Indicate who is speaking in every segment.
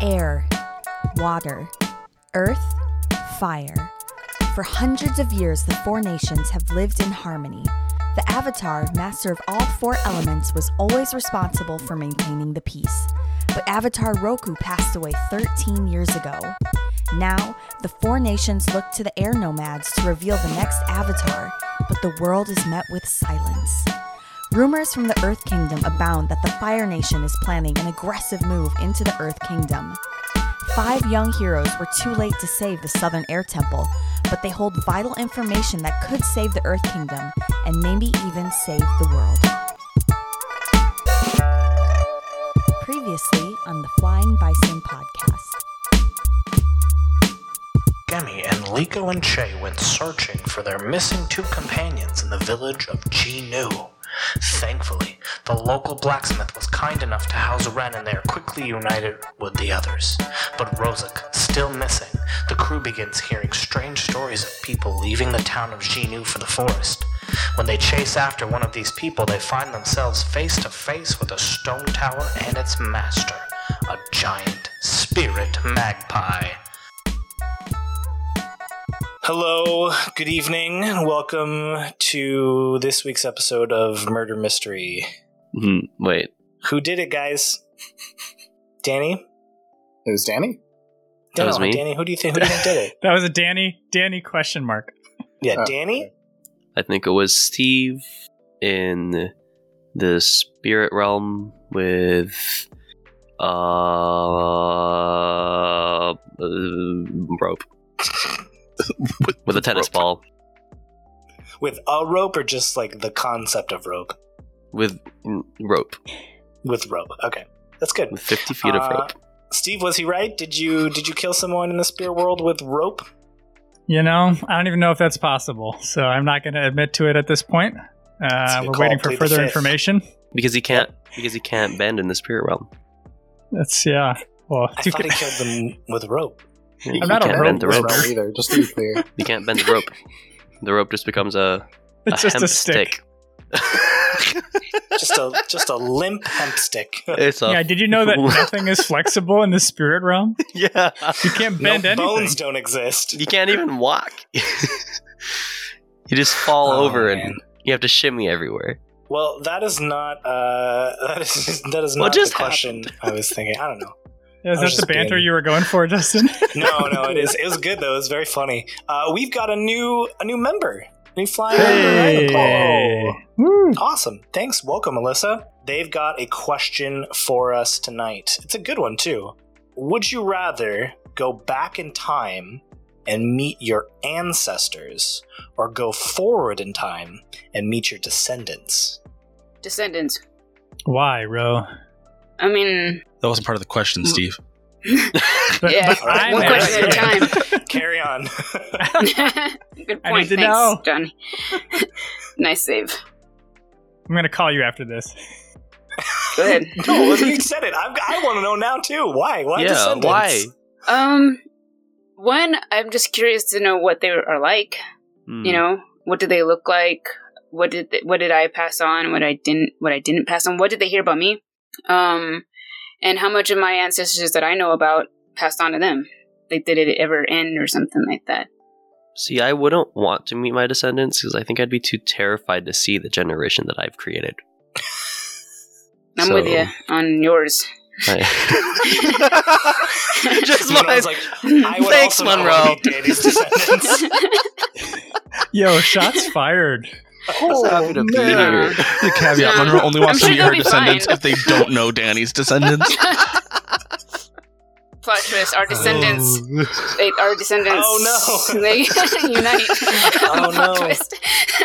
Speaker 1: air, water, earth, fire. For hundreds of years, the four nations have lived in harmony. The Avatar, master of all four elements, was always responsible for maintaining the peace. But Avatar Roku passed away 13 years ago. Now, the four nations look to the air nomads to reveal the next Avatar, but the world is met with silence. Rumors from the Earth Kingdom abound that the Fire Nation is planning an aggressive move into the Earth Kingdom. Five young heroes were too late to save the Southern Air Temple, but they hold vital information that could save the Earth Kingdom and maybe even save the world. Previously on the Flying Bison podcast.
Speaker 2: Gemi and Liko and Che went searching for their missing two companions in the village of Jinu. Thankfully, the local blacksmith was kind enough to house Ren and they are quickly united with the others. But Rozak, still missing, the crew begins hearing strange stories of people leaving the town of Jinu for the forest. When they chase after one of these people, they find themselves face to face with a stone tower and its master, a giant spirit magpie.
Speaker 3: Hello, good evening, and welcome to this week's episode of Murder Mystery.
Speaker 4: Hmm, wait.
Speaker 3: Who did it, guys? Danny?
Speaker 5: It was Danny.
Speaker 4: That was
Speaker 3: No,
Speaker 4: me?
Speaker 3: Danny, who do you think who do you think did it?
Speaker 6: That was a Danny Danny question mark.
Speaker 3: Yeah,
Speaker 5: Oh,
Speaker 3: Danny?
Speaker 4: I think it was Steve in the spirit realm with uh, uh rope with a tennis ball
Speaker 3: With a rope or just like the concept of rope?
Speaker 4: with mm, rope
Speaker 3: With rope. Okay. That's good.
Speaker 4: with 50 feet of
Speaker 3: Uh,
Speaker 4: rope
Speaker 3: Steve, was he right? Did you did you kill someone in the spear world with rope?
Speaker 6: You know, I don't even know if that's possible, so I'm not going to admit to it at this point.
Speaker 3: a
Speaker 6: Uh,
Speaker 3: good
Speaker 6: we're
Speaker 3: call.
Speaker 6: waiting for
Speaker 3: Plead the
Speaker 6: further
Speaker 3: fifth.
Speaker 6: information.
Speaker 4: because he can't because he can't bend in the spirit realm
Speaker 6: That's yeah. Well,
Speaker 3: I
Speaker 6: too
Speaker 3: thought he
Speaker 6: good-
Speaker 3: killed them with rope.
Speaker 4: Yeah,
Speaker 5: You
Speaker 4: you
Speaker 6: not a
Speaker 4: can't
Speaker 6: rope
Speaker 4: bend the
Speaker 5: It was
Speaker 4: rope
Speaker 5: Ro either. Just to be clear,
Speaker 4: you can't bend the rope the rope just becomes a, a
Speaker 6: it's just
Speaker 4: hemp
Speaker 6: a stick.
Speaker 3: Just a just a limp hemp stick.
Speaker 4: it's a
Speaker 6: Yeah. Did you know that nothing is flexible in the spirit realm?
Speaker 4: yeah
Speaker 6: You can't bend
Speaker 3: no,
Speaker 6: anything.
Speaker 3: bones don't exist.
Speaker 4: You can't even walk. you just fall
Speaker 3: Oh,
Speaker 4: over
Speaker 3: man.
Speaker 4: and you have to shimmy everywhere.
Speaker 3: Well, that is not uh, that is that is
Speaker 4: What
Speaker 3: not
Speaker 4: just
Speaker 3: the question I was thinking. I don't know.
Speaker 6: Is
Speaker 3: I was
Speaker 6: that the
Speaker 3: just
Speaker 6: banter
Speaker 3: kidding.
Speaker 6: you were going for, Justin?
Speaker 3: No, no, it is. It was good though. It was very funny. Uh, we've got a new a new member, new flying
Speaker 6: Hey.
Speaker 3: member. Right? Oh, awesome! Thanks. Welcome, Alyssa. They've got a question for us tonight. It's a good one too. Would you rather go back in time and meet your ancestors, or go forward in time and meet your descendants?
Speaker 7: descendants.
Speaker 6: Why, Ro?
Speaker 7: I mean,
Speaker 8: That wasn't part of the question, Steve.
Speaker 7: Yeah,
Speaker 6: I'm
Speaker 3: one question at a
Speaker 6: asking-
Speaker 3: Carry on.
Speaker 7: good point.
Speaker 6: I need to
Speaker 7: Thanks,
Speaker 6: know.
Speaker 7: Johnny. nice save.
Speaker 6: I'm going to call you after this.
Speaker 7: Go ahead.
Speaker 3: no, well, you said it. I've, I want to know now too. Why? Why
Speaker 4: yeah,
Speaker 3: descendants?
Speaker 4: why?
Speaker 7: Um, one, I'm just curious to know what they are like.
Speaker 4: Hmm.
Speaker 7: You know, what do they look like? What did they, what did I pass on? What I didn't what I didn't pass on? What did they hear about me? Um, and how much of my ancestors that I know about passed on to them? Like, did it ever end or something like that?
Speaker 4: See, I wouldn't want to meet my descendants because I think I'd be too terrified to see the generation that I've created.
Speaker 7: I'm
Speaker 4: So-
Speaker 7: with you on yours.
Speaker 4: I- just
Speaker 3: Monroe's
Speaker 4: my,
Speaker 3: like, I would
Speaker 4: Thanks,
Speaker 3: also not
Speaker 4: Monroe.
Speaker 3: wanna be Danny's descendants.
Speaker 6: Yo, shots fired.
Speaker 4: was happy to be
Speaker 7: man.
Speaker 4: here.
Speaker 8: The caveat:
Speaker 7: Yeah.
Speaker 8: Monroe only
Speaker 7: I'm
Speaker 8: wants
Speaker 7: sure
Speaker 8: to meet
Speaker 7: they'll
Speaker 8: her
Speaker 7: be
Speaker 8: descendants
Speaker 7: fine.
Speaker 8: if they don't know Danny's descendants.
Speaker 7: Plot twist: Our descendants They, our descendants.
Speaker 3: Oh, no.
Speaker 7: They unite.
Speaker 3: Oh,
Speaker 7: Plot
Speaker 3: no.
Speaker 7: twist.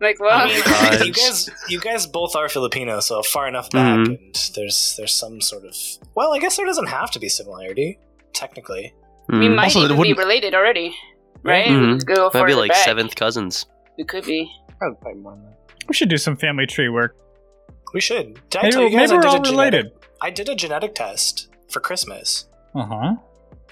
Speaker 7: like
Speaker 4: Oh,
Speaker 7: well,
Speaker 4: my God.
Speaker 3: you guys, you guys both are Filipino, so far enough back,
Speaker 6: Mm-hmm.
Speaker 4: Mhm.
Speaker 3: and there's there's some sort of well, I guess there doesn't have to be similarity technically.
Speaker 7: we
Speaker 4: Hmm.
Speaker 7: might
Speaker 8: Also, it
Speaker 7: even be
Speaker 8: wouldn't- Hmm.
Speaker 7: related already, right?
Speaker 4: Mhm.
Speaker 7: Go
Speaker 4: Might be
Speaker 7: further
Speaker 4: like
Speaker 7: back.
Speaker 4: seventh cousins.
Speaker 7: We could be.
Speaker 5: probably probably more than that.
Speaker 6: We should do some family tree work.
Speaker 3: We should. Did I
Speaker 6: Maybe,
Speaker 3: tell you
Speaker 6: maybe
Speaker 3: guys I
Speaker 6: we're
Speaker 3: did
Speaker 6: all
Speaker 3: a genetic,
Speaker 6: related.
Speaker 3: I did a genetic test for Christmas,
Speaker 6: Uh huh.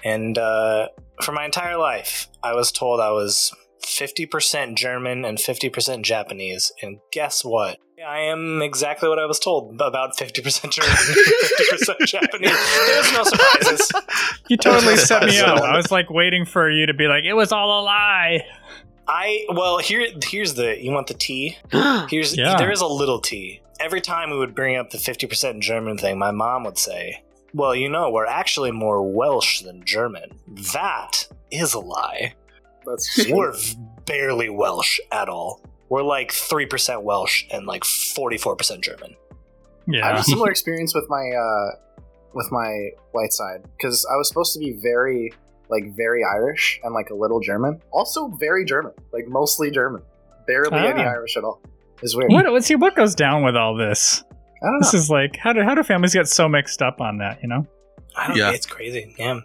Speaker 3: and uh, for my entire life, I was told I was fifty percent German and fifty percent Japanese. And guess what? Yeah, I am exactly what I was told about 50% German, 50% Japanese. There's no surprises.
Speaker 6: You totally set me
Speaker 3: So-
Speaker 6: up. I was like waiting for you to be like, it was all a lie.
Speaker 3: I well here here's the you want the tea? Here's
Speaker 6: Yeah.
Speaker 3: there is a little tea. Every time we would bring up the 50% German thing, my mom would say, "Well, you know, we're actually more Welsh than German." That is a lie.
Speaker 5: That's just
Speaker 3: We're v- barely Welsh at all. We're like 3% Welsh and like 44% German.
Speaker 5: I
Speaker 6: Yeah.
Speaker 5: had a similar experience with my uh, with my light side because I was supposed to be very like very Irish and like a little German, also very German, like mostly German, barely any
Speaker 6: Ah.
Speaker 5: Irish at all. Is weird.
Speaker 6: What, let's see what goes down with all this.
Speaker 5: I don't know.
Speaker 6: This is like how do how do families get so mixed up on that? You know,
Speaker 3: I don't
Speaker 8: Yeah.
Speaker 3: it's crazy. Yeah.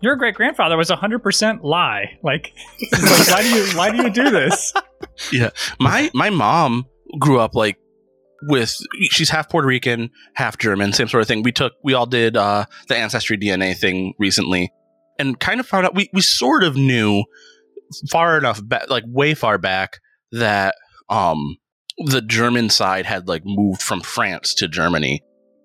Speaker 6: your great grandfather was hundred percent lie. Like, it's like, why do you why do you do this?
Speaker 8: My my mom grew up like with she's half Puerto Rican, half German, same sort of thing. We took we all did uh the ancestry DNA thing recently and kind of found out we we sort of knew far enough back like way far back that um the German side had like moved from France to Germany.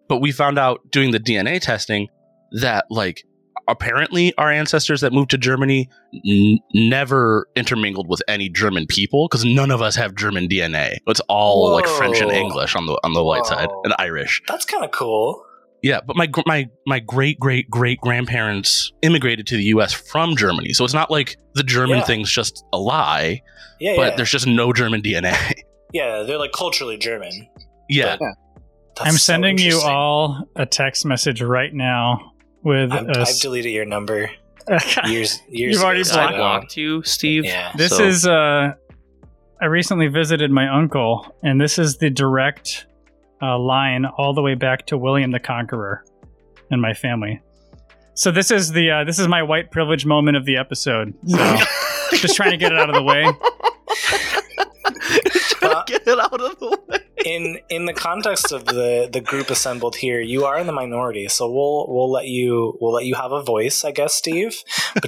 Speaker 8: But we found out doing the DNA testing that like apparently our ancestors that moved to Germany n- never intermingled with any German people because none of us have German DNA. It's all like French and
Speaker 3: Whoa.
Speaker 8: English on the on the white side
Speaker 5: Wow.
Speaker 8: and Irish.
Speaker 3: That's kind of cool.
Speaker 8: Yeah, but my gr- my my great great great grandparents immigrated to the U.S. from Germany, so it's not like the German
Speaker 3: Yeah.
Speaker 8: thing's just a lie,
Speaker 3: Yeah,
Speaker 8: but
Speaker 3: yeah.
Speaker 8: there's just no German DNA.
Speaker 3: yeah, they're like culturally German.
Speaker 8: yeah,
Speaker 3: That's
Speaker 6: I'm
Speaker 3: so
Speaker 6: sending you
Speaker 3: interesting.
Speaker 6: all a text message right now with
Speaker 3: I've,
Speaker 6: a
Speaker 3: I've
Speaker 6: s-
Speaker 3: deleted your number years. years
Speaker 6: You've already
Speaker 3: ago, so
Speaker 4: I
Speaker 6: blocked-
Speaker 3: I don't-
Speaker 4: blocked you, Steve.
Speaker 3: Yeah.
Speaker 6: This
Speaker 4: So-
Speaker 6: is uh I recently visited my uncle and this is the direct uh, line all the way back to William the Conqueror and my family. So this is the uh, this is my white privilege moment of the episode. So just trying to get it out of the way.
Speaker 3: Well,
Speaker 4: Get it out of the way.
Speaker 3: in in the context of the the group assembled here, you are in the minority, so we'll we'll let you we'll let you have a voice, I guess, Steve. But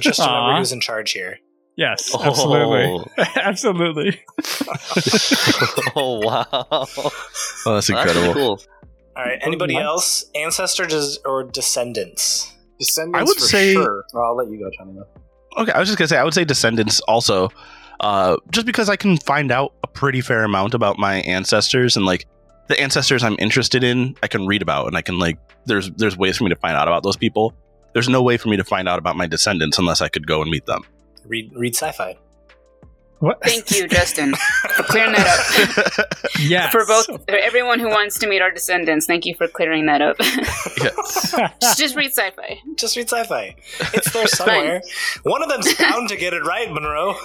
Speaker 3: just remember
Speaker 6: Aw.
Speaker 3: who's in charge here.
Speaker 6: Yes, absolutely. absolutely.
Speaker 4: Oh, oh wow.
Speaker 8: oh, that's
Speaker 4: That's pretty
Speaker 8: incredible.
Speaker 4: cool.
Speaker 3: All right. Anybody else? Ancestors or descendants?
Speaker 5: Descendants
Speaker 8: I would
Speaker 5: for
Speaker 8: say-
Speaker 5: sure. Well, I'll let you go, Johnny. Though.
Speaker 8: Okay, I was just gonna say I would say descendants also, uh, just because I can find out a pretty fair amount about my ancestors and like the ancestors I'm interested in, I can read about and I can like there's there's ways for me to find out about those people. There's no way for me to find out about my descendants unless I could go and meet them.
Speaker 3: Read read sci-fi.
Speaker 6: What?
Speaker 7: Thank you, Justin, for clearing that up.
Speaker 6: Yes.
Speaker 7: For both for everyone who wants to meet our descendants, thank you for clearing that up. Just- Just read sci-fi.
Speaker 3: Just read sci-fi. It's there somewhere. One of them's bound to get it right, Monroe.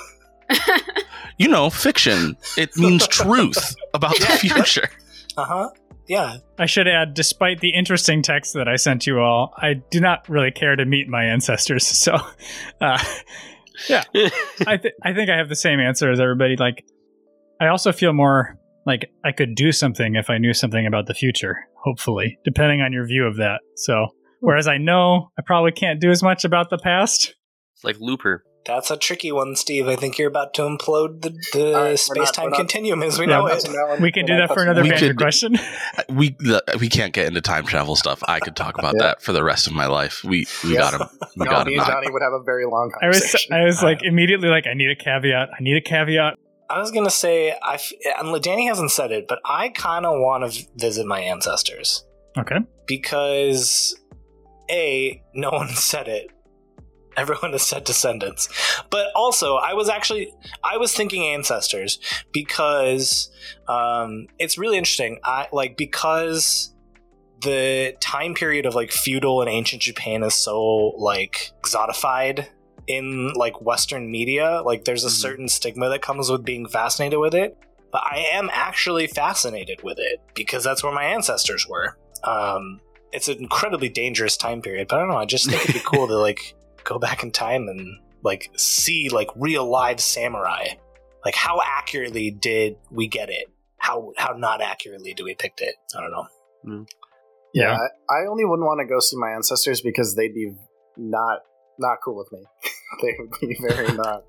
Speaker 8: you know, fiction. It means truth about the future.
Speaker 3: Uh huh. Yeah.
Speaker 6: I should add, despite the interesting text that I sent you all, I do not really care to meet my ancestors. So, uh, yeah, I, th- I think I have the same answer as everybody. Like, I also feel more like I could do something if I knew something about the future, hopefully, depending on your view of that. So, whereas I know I probably can't do as much about the past.
Speaker 4: It's like Looper.
Speaker 3: That's a tricky one, Steve. I think you're about to implode the,
Speaker 5: All right, we're
Speaker 3: the
Speaker 5: not-
Speaker 3: space time
Speaker 5: we're not-
Speaker 3: continuum as we
Speaker 6: Yeah,
Speaker 3: know
Speaker 6: we're
Speaker 3: it.
Speaker 5: Touching that one.
Speaker 6: We can do
Speaker 5: We're
Speaker 6: that
Speaker 5: not
Speaker 6: for
Speaker 5: touching
Speaker 6: another
Speaker 8: We
Speaker 5: that
Speaker 6: Vander
Speaker 8: could-
Speaker 6: question.
Speaker 8: We the, we can't get into time travel stuff. I could talk about
Speaker 5: Yeah.
Speaker 8: that for the rest of my life. We we
Speaker 5: Yeah.
Speaker 8: got him. We
Speaker 5: one.
Speaker 8: got
Speaker 5: No,
Speaker 8: him.
Speaker 5: me and Johnny would have a very long
Speaker 6: I was
Speaker 5: conversation.
Speaker 6: I was like immediately like I need a caveat. I need a caveat.
Speaker 3: I was gonna say, I f- and Danny hasn't said it, but I kind of want to visit my ancestors
Speaker 6: Okay.
Speaker 3: because a no one said it. Everyone has said descendants, but also I was actually I was thinking ancestors because um, it's really interesting. I like because the time period of like feudal and ancient Japan is so like exotified in like Western media. Like there's a
Speaker 4: Mhm.
Speaker 3: certain stigma that comes with being fascinated with it. But I am actually fascinated with it because that's where my ancestors were. Um, it's an incredibly dangerous time period, but I don't know. I just think it'd be cool to like go back in time and like see like real live samurai. Like how accurately did we get it? How how not accurately do we picked it? I don't know.
Speaker 5: yeah, I I only wouldn't want to go see my ancestors because they'd be not not cool with me. they would be very not.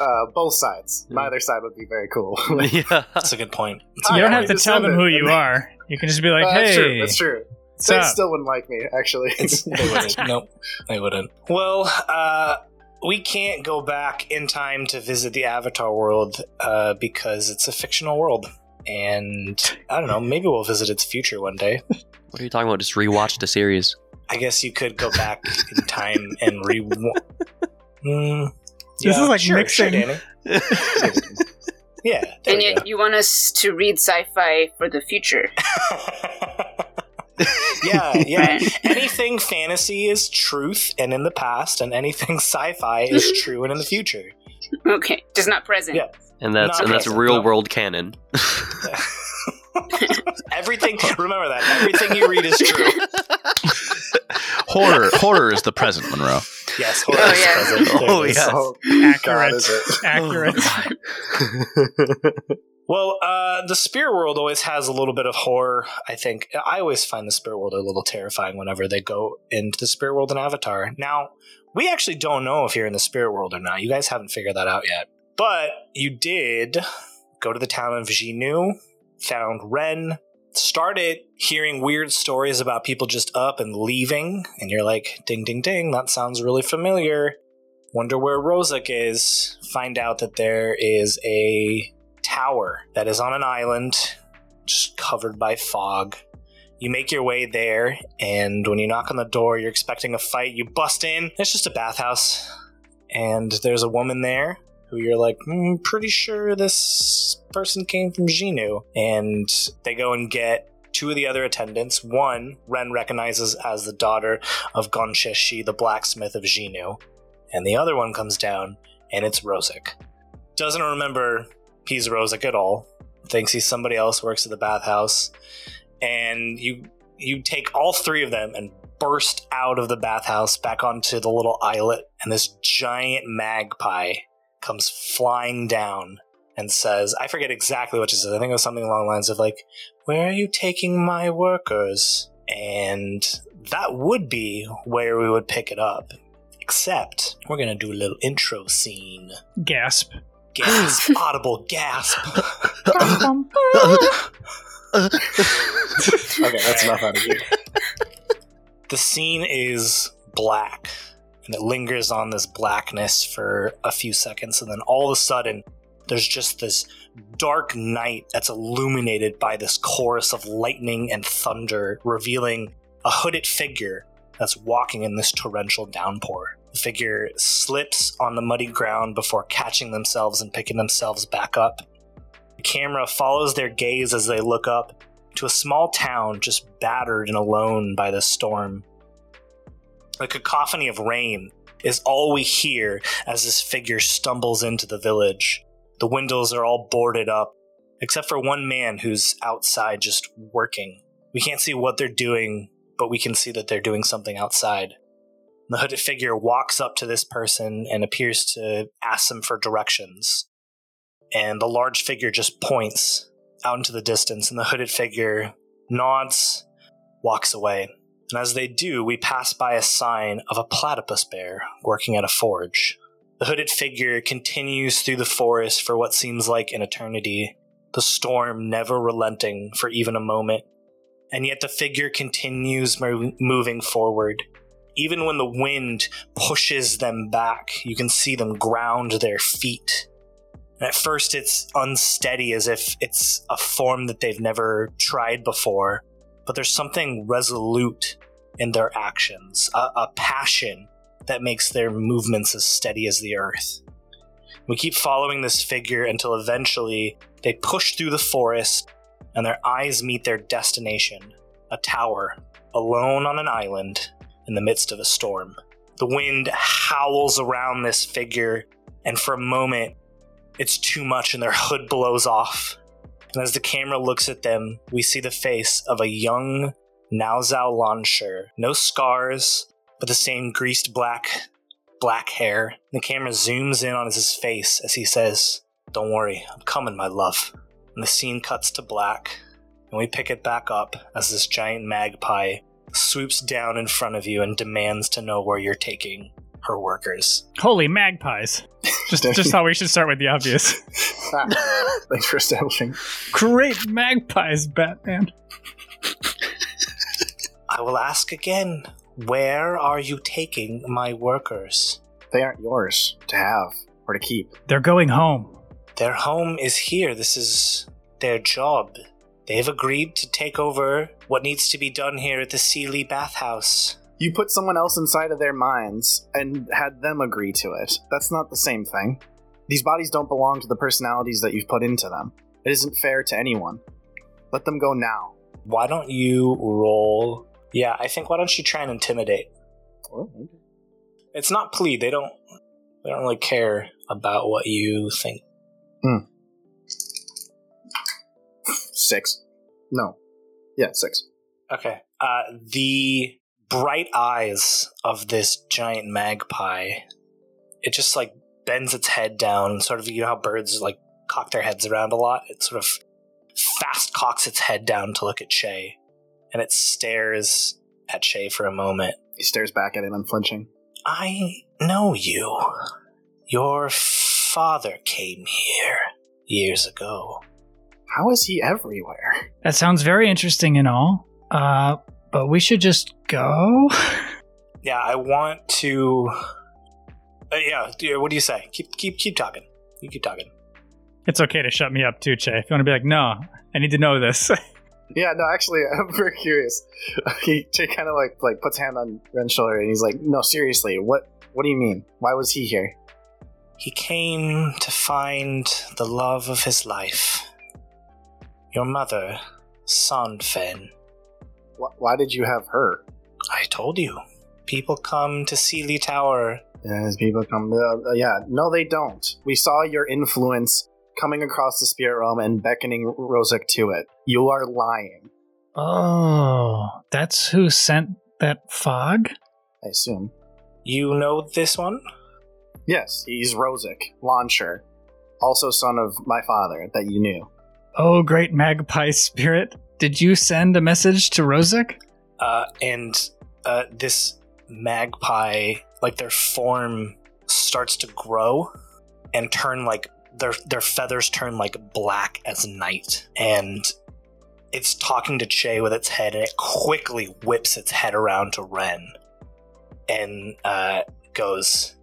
Speaker 5: Uh, both sides. Neither side would be very cool.
Speaker 4: yeah.
Speaker 3: That's a good point. That's a
Speaker 5: I
Speaker 6: You
Speaker 3: good
Speaker 6: don't
Speaker 5: am
Speaker 6: have to
Speaker 5: a
Speaker 6: tell them who
Speaker 5: descendant,
Speaker 6: you
Speaker 5: and-
Speaker 6: are. You can just be like,
Speaker 5: Uh,
Speaker 6: hey,
Speaker 5: That's true. That's true.
Speaker 6: what's
Speaker 5: They
Speaker 6: up?
Speaker 5: still wouldn't like me, actually.
Speaker 3: It's, they wouldn't. nope, they wouldn't. Well, uh, we can't go back in time to visit the Avatar world uh, because it's a fictional world. And I don't know, maybe we'll visit its future one day.
Speaker 4: What are you talking about? Just rewatch the series.
Speaker 3: I guess you could go back in time and re. Mm,
Speaker 6: This is like
Speaker 3: sure,
Speaker 6: mixing.
Speaker 3: Sure, Danny. Yeah. there
Speaker 7: and
Speaker 3: we
Speaker 7: yet you want us to read sci-fi for the future.
Speaker 3: go. yeah, yeah. Anything fantasy is truth and in the past, and anything sci fi is
Speaker 7: Mm-hmm.
Speaker 3: true and in the future.
Speaker 7: okay, just not present.
Speaker 3: Yeah.
Speaker 4: And that's
Speaker 3: Not
Speaker 4: and that's
Speaker 3: present,
Speaker 4: real
Speaker 3: no.
Speaker 4: world canon.
Speaker 3: Everything, remember that. Everything you read is true.
Speaker 8: horror, horror is the present, Monroe.
Speaker 3: Yes, horror
Speaker 7: Oh,
Speaker 3: is
Speaker 7: yeah.
Speaker 3: present. There it
Speaker 4: Oh,
Speaker 3: is.
Speaker 4: yeah.
Speaker 5: Oh, God,
Speaker 6: accurate.
Speaker 5: is it?
Speaker 6: accurate.
Speaker 3: Well, uh, the spirit world always has a little bit of horror. I think I always find the spirit world a little terrifying whenever they go into the spirit world in Avatar. Now, we actually don't know if you're in the spirit world or not. You guys haven't figured that out yet, but you did go to the town of Jinu, found Ren, started hearing weird stories about people just up and leaving, and you're like, "Ding, ding, ding! That sounds really familiar." Wonder where Rozak is. Find out that there is a tower that is on an island, just covered by fog. You make your way there, and when you knock on the door, you're expecting a fight. You bust in. It's just a bathhouse, and there's a woman there who you're like, "Hmm, pretty sure this person came from Xenu. And they go and get two of the other attendants. One, Ren recognizes as the daughter of Gonsheshi, the blacksmith of Xenu. And the other one comes down, and it's Rosic. Doesn't remember he's Rosic at all. Thinks he's somebody else works at the bathhouse, and you you take all three of them and burst out of the bathhouse back onto the little islet, and this giant magpie comes flying down and says, "I forget exactly what she says. I think it was something along the lines of like, "Where are you taking my workers?" And that would be where we would pick it up. Except we're gonna do a little intro scene
Speaker 6: Gasp.
Speaker 3: gasp, audible gasp.
Speaker 5: Okay, that's enough out of you.
Speaker 3: the scene is black, and it lingers on this blackness for a few seconds, and then all of a sudden, there's just this dark night that's illuminated by this chorus of lightning and thunder, revealing a hooded figure that's walking in this torrential downpour. The figure slips on the muddy ground before catching themselves and picking themselves back up. The camera follows their gaze as they look up, to a small town just battered and alone by the storm. The cacophony of rain is all we hear as this figure stumbles into the village. The windows are all boarded up, except for one man who's outside just working. We can't see what they're doing, but we can see that they're doing something outside. The hooded figure walks up to this person and appears to ask them for directions. And the large figure just points out into the distance, and the hooded figure nods, walks away. And as they do, we pass by a sign of a platypus bear working at a forge. The hooded figure continues through the forest for what seems like an eternity, the storm never relenting for even a moment. And yet the figure continues mo- moving forward. Even when the wind pushes them back, you can see them ground their feet. And at first, it's unsteady as if it's a form that they've never tried before, but there's something resolute in their actions, a, a passion that makes their movements as steady as the earth. We keep following this figure until eventually they push through the forest and their eyes meet their destination a tower, alone on an island in the midst of a storm. The wind howls around this figure, and for a moment, it's too much and their hood blows off. And as the camera looks at them, we see the face of a young Naozao Launcher. No scars, but the same greased black black hair. The camera zooms in on his face as he says, Don't worry, I'm coming, my love. And the scene cuts to black, and we pick it back up as this giant magpie swoops down in front of you and demands to know where you're taking her workers.
Speaker 6: Holy magpies. Just just how we should start with the obvious.
Speaker 5: Ah, Thanks for establishing.
Speaker 6: Great magpies, Batman.
Speaker 3: I will ask again where are you taking my workers?
Speaker 5: They aren't yours to have or to keep.
Speaker 6: They're going home.
Speaker 3: Their home is here. This is their job. They've agreed to take over what needs to be done here at the Sealy bathhouse.
Speaker 5: You put someone else inside of their minds and had them agree to it. That's not the same thing. These bodies don't belong to the personalities that you've put into them. It isn't fair to anyone. Let them go now.
Speaker 3: Why don't you roll? Yeah, I think why don't you try and intimidate? It's not plead. They don't they don't really care about what you think.
Speaker 5: Six. No. Yeah, six.
Speaker 3: Okay. Uh, the bright eyes of this giant magpie, it just like bends its head down, sort of, you know how birds like cock their heads around a lot? It sort of fast cocks its head down to look at Shay, and it stares at Shay for a moment.
Speaker 5: He stares back at him unflinching.
Speaker 3: I know you. Your father came here years ago.
Speaker 5: How is he everywhere?
Speaker 6: That sounds very interesting and all. Uh but we should just go.
Speaker 3: Yeah, I want to. Uh, yeah, yeah, what do you say? Keep keep keep talking. You keep talking.
Speaker 6: It's okay to shut me up too, Che. If you want to be like, no, I need to know this.
Speaker 5: Yeah, no, actually, I'm very curious. he kind of like like puts hand on Ren's shoulder and he's like, "No, seriously, what what do you mean? Why was he here?"
Speaker 3: He came to find the love of his life. Your mother, Sanfen.
Speaker 5: Wh- why did you have her?
Speaker 3: I told you. People come to Sealy Tower.
Speaker 5: As people come, uh, yeah, no, they don't. We saw your influence coming across the spirit realm and beckoning Rosic to it. You are lying,
Speaker 6: Oh, that's who sent that fog?
Speaker 5: I assume.
Speaker 3: You know this one?
Speaker 5: Yes, he's Rosic, launcher, also son of my father that you knew.
Speaker 6: Oh, great magpie spirit. Did you send a message to Rosic?
Speaker 3: Uh, and uh, this magpie, like their form starts to grow and turn like their their feathers turn like black as night, and it's talking to Che with its head, and it quickly whips its head around to Ren, and uh, goes.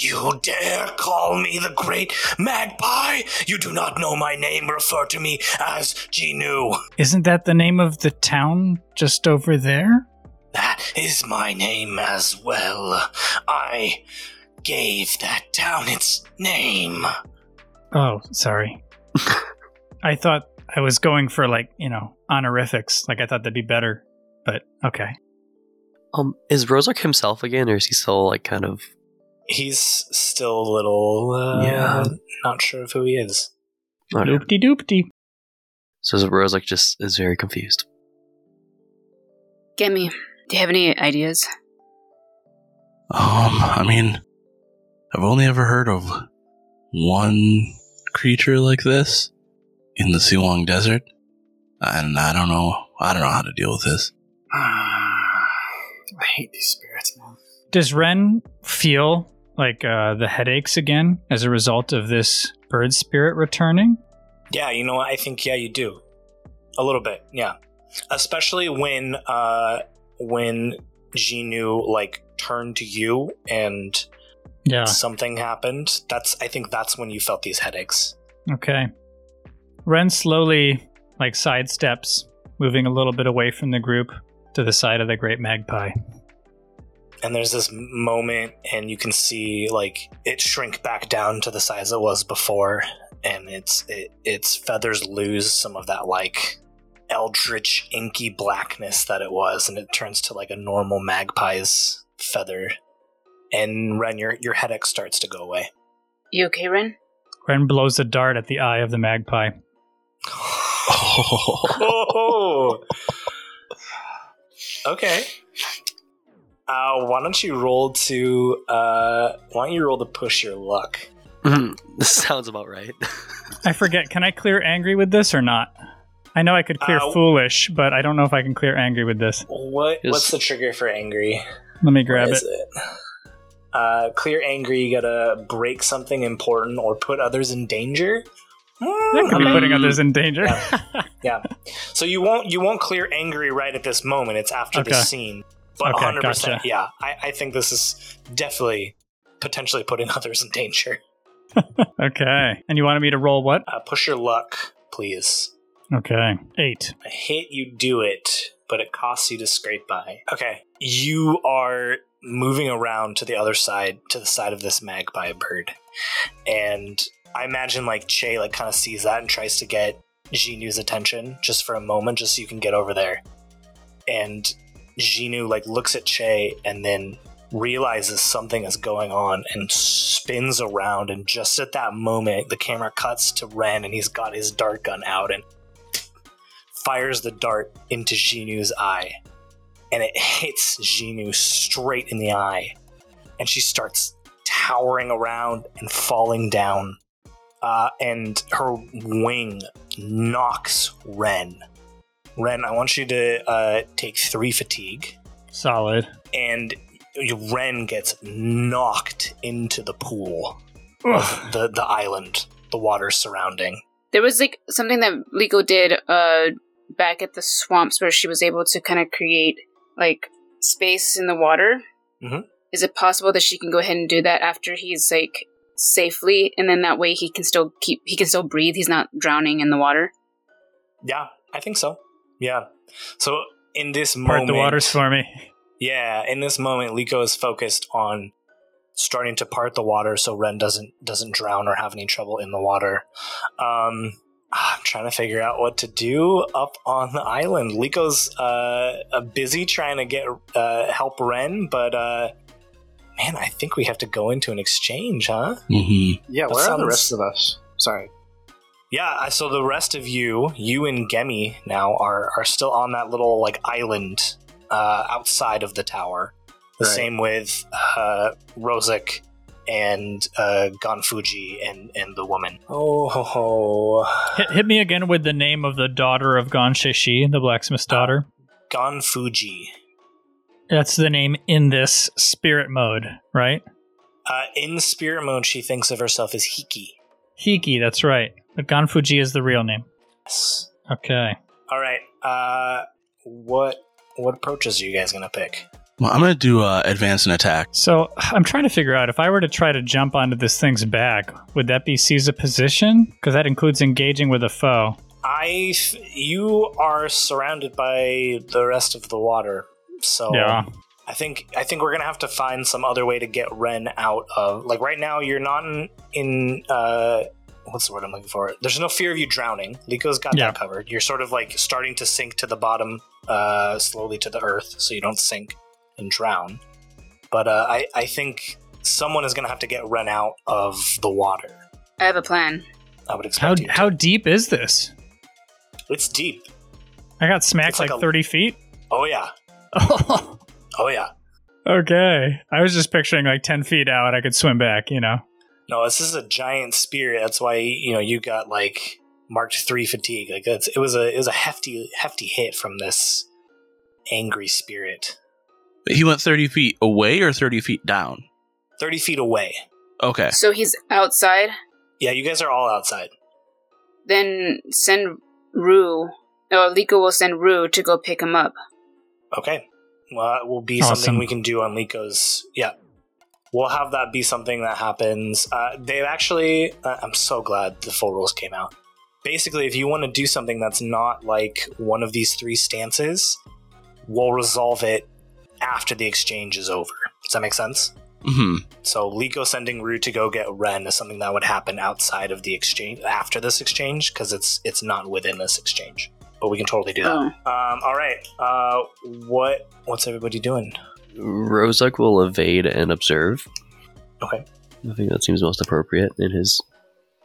Speaker 3: You dare call me the great magpie? You do not know my name. Refer to me as Jinu.
Speaker 6: Isn't that the name of the town just over there?
Speaker 3: That is my name as well. I gave that town its name.
Speaker 6: Oh, sorry. I thought I was going for like, you know, honorifics. Like I thought that'd be better. But okay.
Speaker 4: Um, is Rozok himself again, or is he still like kind of?
Speaker 3: He's still a little, uh,
Speaker 4: Yeah.
Speaker 3: not sure of who he is.
Speaker 4: Okay.
Speaker 6: Doopty doopty.
Speaker 4: So Rozok just is very confused.
Speaker 7: Get me. Do you have any ideas?
Speaker 8: Um, I mean, I've only ever heard of one creature like this in the Siwang Desert, and I don't know. I don't know how to deal with this.
Speaker 5: I hate these spirits, man.
Speaker 6: Does Ren feel like uh, the headaches again as a result of this bird spirit returning?
Speaker 3: Yeah, you know what? I think, yeah, you do. A little bit, yeah. Especially when, uh, when Jinu, like, turned to you and
Speaker 6: Yeah.
Speaker 3: something happened. That's, I think that's when you felt these headaches.
Speaker 6: Okay. Ren slowly, like, sidesteps, moving a little bit away from the group to the side of the great magpie.
Speaker 3: and there's this moment and you can see like it shrink back down to the size it was before and its it, its feathers lose some of that like eldritch inky blackness that it was and it turns to like a normal magpie's feather and Ren, your, your headache starts to go away.
Speaker 7: You okay, Ren?
Speaker 6: Ren blows a dart at the eye of the magpie.
Speaker 3: oh. Okay. Uh, why don't you roll to uh, why don't you roll to push your luck?
Speaker 4: this sounds about right.
Speaker 6: I forget, can I clear angry with this or not? I know I could clear
Speaker 3: Uh,
Speaker 6: foolish, but I don't know if I can clear angry with this.
Speaker 3: What
Speaker 4: Is-
Speaker 3: what's the trigger for angry?
Speaker 6: Let me grab
Speaker 3: What
Speaker 6: it.
Speaker 3: is it? Uh, clear anger, you gotta break something important or put others in danger. Hmm,
Speaker 6: That could
Speaker 3: I
Speaker 6: be
Speaker 3: mean,
Speaker 6: putting others in danger.
Speaker 3: yeah. So you won't you won't clear angry right at this moment. It's after the
Speaker 6: Okay.
Speaker 3: scene. But
Speaker 6: Okay,
Speaker 3: 100%.
Speaker 6: gotcha.
Speaker 3: Yeah, I, I think this is definitely potentially putting others in danger.
Speaker 6: okay. And you wanted me to roll what?
Speaker 3: Uh, push your luck, please.
Speaker 6: Okay. Eight.
Speaker 3: I hate you do it, but it costs you to scrape by. Okay. You are moving around to the other side, to the side of this magpie bird. And I imagine like Che like kind of sees that and tries to get Jinu's attention just for a moment, just so you can get over there. And Jinu like looks at Che and then realizes something is going on and spins around and just at that moment the camera cuts to Ren and he's got his dart gun out and fires the dart into Jinu's eye, and it hits Jinu straight in the eye, and she starts towering around and falling down, uh, and her wing knocks Ren. Ren, I want you to uh, take three fatigue,
Speaker 6: Solid.
Speaker 3: and Ren gets knocked into the pool,
Speaker 6: Ugh.
Speaker 3: the the island, the water surrounding.
Speaker 7: There was like something that Lico did uh back at the swamps where she was able to kind of create like space in the water.
Speaker 3: Mhm.
Speaker 7: Is it possible that she can go ahead and do that after he's like safely, and then that way he can still keep he can still breathe. He's not drowning in the water.
Speaker 3: Yeah, I think so. Yeah. So in this
Speaker 6: Part
Speaker 3: moment,
Speaker 6: the waters for me.
Speaker 3: Yeah, in this moment, Liko is focused on starting to part the water so Ren doesn't doesn't drown or have any trouble in the water. Um, I'm trying to figure out what to do up on the island. Liko's uh, uh, busy trying to get uh, help Ren, but uh, man, I think we have to go into an exchange, huh?
Speaker 8: Mm-hmm.
Speaker 5: Yeah,
Speaker 3: That
Speaker 5: where are the
Speaker 3: sounds-
Speaker 5: rest of us? Sorry.
Speaker 3: Yeah, I- so the rest of you, you and Gemi now are are still on that little like island uh, outside of the tower. The
Speaker 5: Right.
Speaker 3: same with uh, Rosic and uh, Gonfuji and and the woman. Oh ho ho!
Speaker 6: Hit, hit me again with the name of the daughter of Gonshishi, the blacksmith's daughter.
Speaker 3: Gonfuji.
Speaker 6: That's the name in this spirit mode, right?
Speaker 3: Uh, in spirit mode, she thinks of herself as Hiki.
Speaker 6: Hiki, that's right. But Ganfuji is the real name.
Speaker 3: Yes.
Speaker 6: Okay.
Speaker 3: All right. Uh, what what approaches are you guys gonna pick?
Speaker 8: Well, I'm gonna do uh, advance and attack.
Speaker 6: So I'm trying to figure out if I were to try to jump onto this thing's back, would that be seize a position? Because that includes engaging with a foe.
Speaker 3: I, you are surrounded by the rest of the water, so
Speaker 6: Yeah.
Speaker 3: I think I think we're gonna have to find some other way to get Ren out of. Like right now, you're not in. in uh, what's the word I'm looking for? There's no fear of you drowning. Liko's got
Speaker 6: Yeah.
Speaker 3: that covered. You're sort of like starting to sink to the bottom, uh, slowly to the earth, so you don't sink and drown. But uh, I I think someone is gonna have to get Ren out of the water.
Speaker 7: I have a plan.
Speaker 3: I would
Speaker 6: How
Speaker 3: expect. you to.
Speaker 6: how deep is this?
Speaker 3: It's deep.
Speaker 6: I got smacked
Speaker 3: It's like
Speaker 6: like,
Speaker 3: a-
Speaker 6: 30 feet.
Speaker 3: Oh yeah. Oh yeah.
Speaker 6: okay. I was just picturing like 10 feet out, I could swim back, you know?
Speaker 3: No, this is a giant spear. That's why you know you got like marked three fatigue. Like that's it was a it was a hefty hefty hit from this angry spirit.
Speaker 8: He went 30 feet away or 30 feet down.
Speaker 3: Thirty feet away.
Speaker 8: Okay.
Speaker 7: So he's outside.
Speaker 3: Yeah, you guys are all outside.
Speaker 7: Then send Rue. Or Liko will send Rue to go pick him up.
Speaker 3: Okay. Well, that will be
Speaker 6: Awesome.
Speaker 3: something we can do on Liko's. Yeah, we'll have that be something that happens. Uh, they've actually. Uh, I'm so glad the full rules came out. Basically, if you want to do something that's not like one of these three stances, we'll resolve it after the exchange is over. Does that make sense?
Speaker 8: hmm
Speaker 3: So Liko sending Rue to go get Ren is something that would happen outside of the exchange after this exchange because it's it's not within this exchange. But we can totally do that.
Speaker 7: Oh.
Speaker 3: Um, all right. Uh, what what's everybody doing?
Speaker 4: Rozak will evade and observe.
Speaker 3: Okay.
Speaker 4: I think that seems most appropriate in his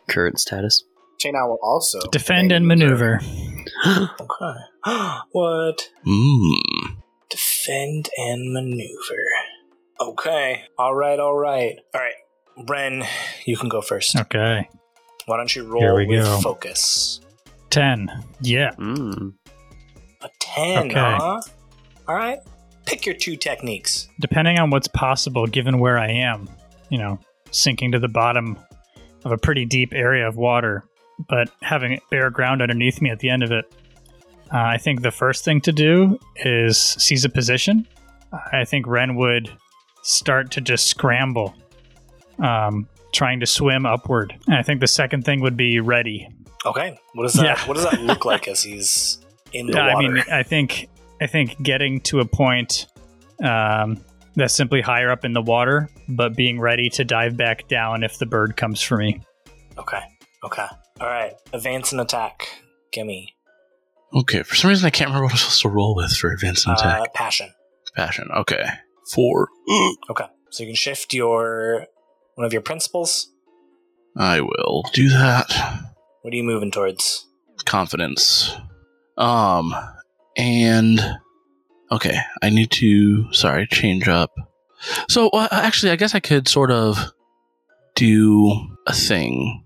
Speaker 4: current status.
Speaker 5: Chainal will also
Speaker 6: Defend and
Speaker 5: maybe-
Speaker 6: maneuver.
Speaker 3: Okay. what?
Speaker 8: Mm.
Speaker 3: Defend and maneuver. Okay. All right. All right. All right. Ren, you can go first.
Speaker 6: Okay.
Speaker 3: Why don't you roll
Speaker 6: Here we
Speaker 3: with
Speaker 6: go.
Speaker 3: focus?
Speaker 6: 10. Yeah.
Speaker 4: Mm.
Speaker 3: A ten.
Speaker 6: Okay.
Speaker 3: Huh? All right. Pick your two techniques.
Speaker 6: Depending on what's possible, given where I am, you know, sinking to the bottom of a pretty deep area of water, but having bare ground underneath me at the end of it, uh, I think the first thing to do is seize a position. I think Ren would start to just scramble, um, trying to swim upward. And I think the second thing would be ready.
Speaker 3: Okay. What does that
Speaker 6: Yeah.
Speaker 3: what does that look like as he's in the
Speaker 6: Yeah, I
Speaker 3: water?
Speaker 6: mean, I think I think getting to a point um, that's simply higher up in the water, but being ready to dive back down if the bird comes for me.
Speaker 3: okay. Okay. Alright. Advance and attack. Gimme.
Speaker 8: Okay, for some reason I can't remember what I'm supposed to roll with for advanced and attack.
Speaker 3: Uh, passion.
Speaker 8: Passion. Okay. Four.
Speaker 3: Okay. So you can shift your one of your principles.
Speaker 8: I will do that.
Speaker 3: What are you moving towards?
Speaker 8: Confidence. Um, and okay, I need to. Sorry, change up. So uh, actually, I guess I could sort of do a thing.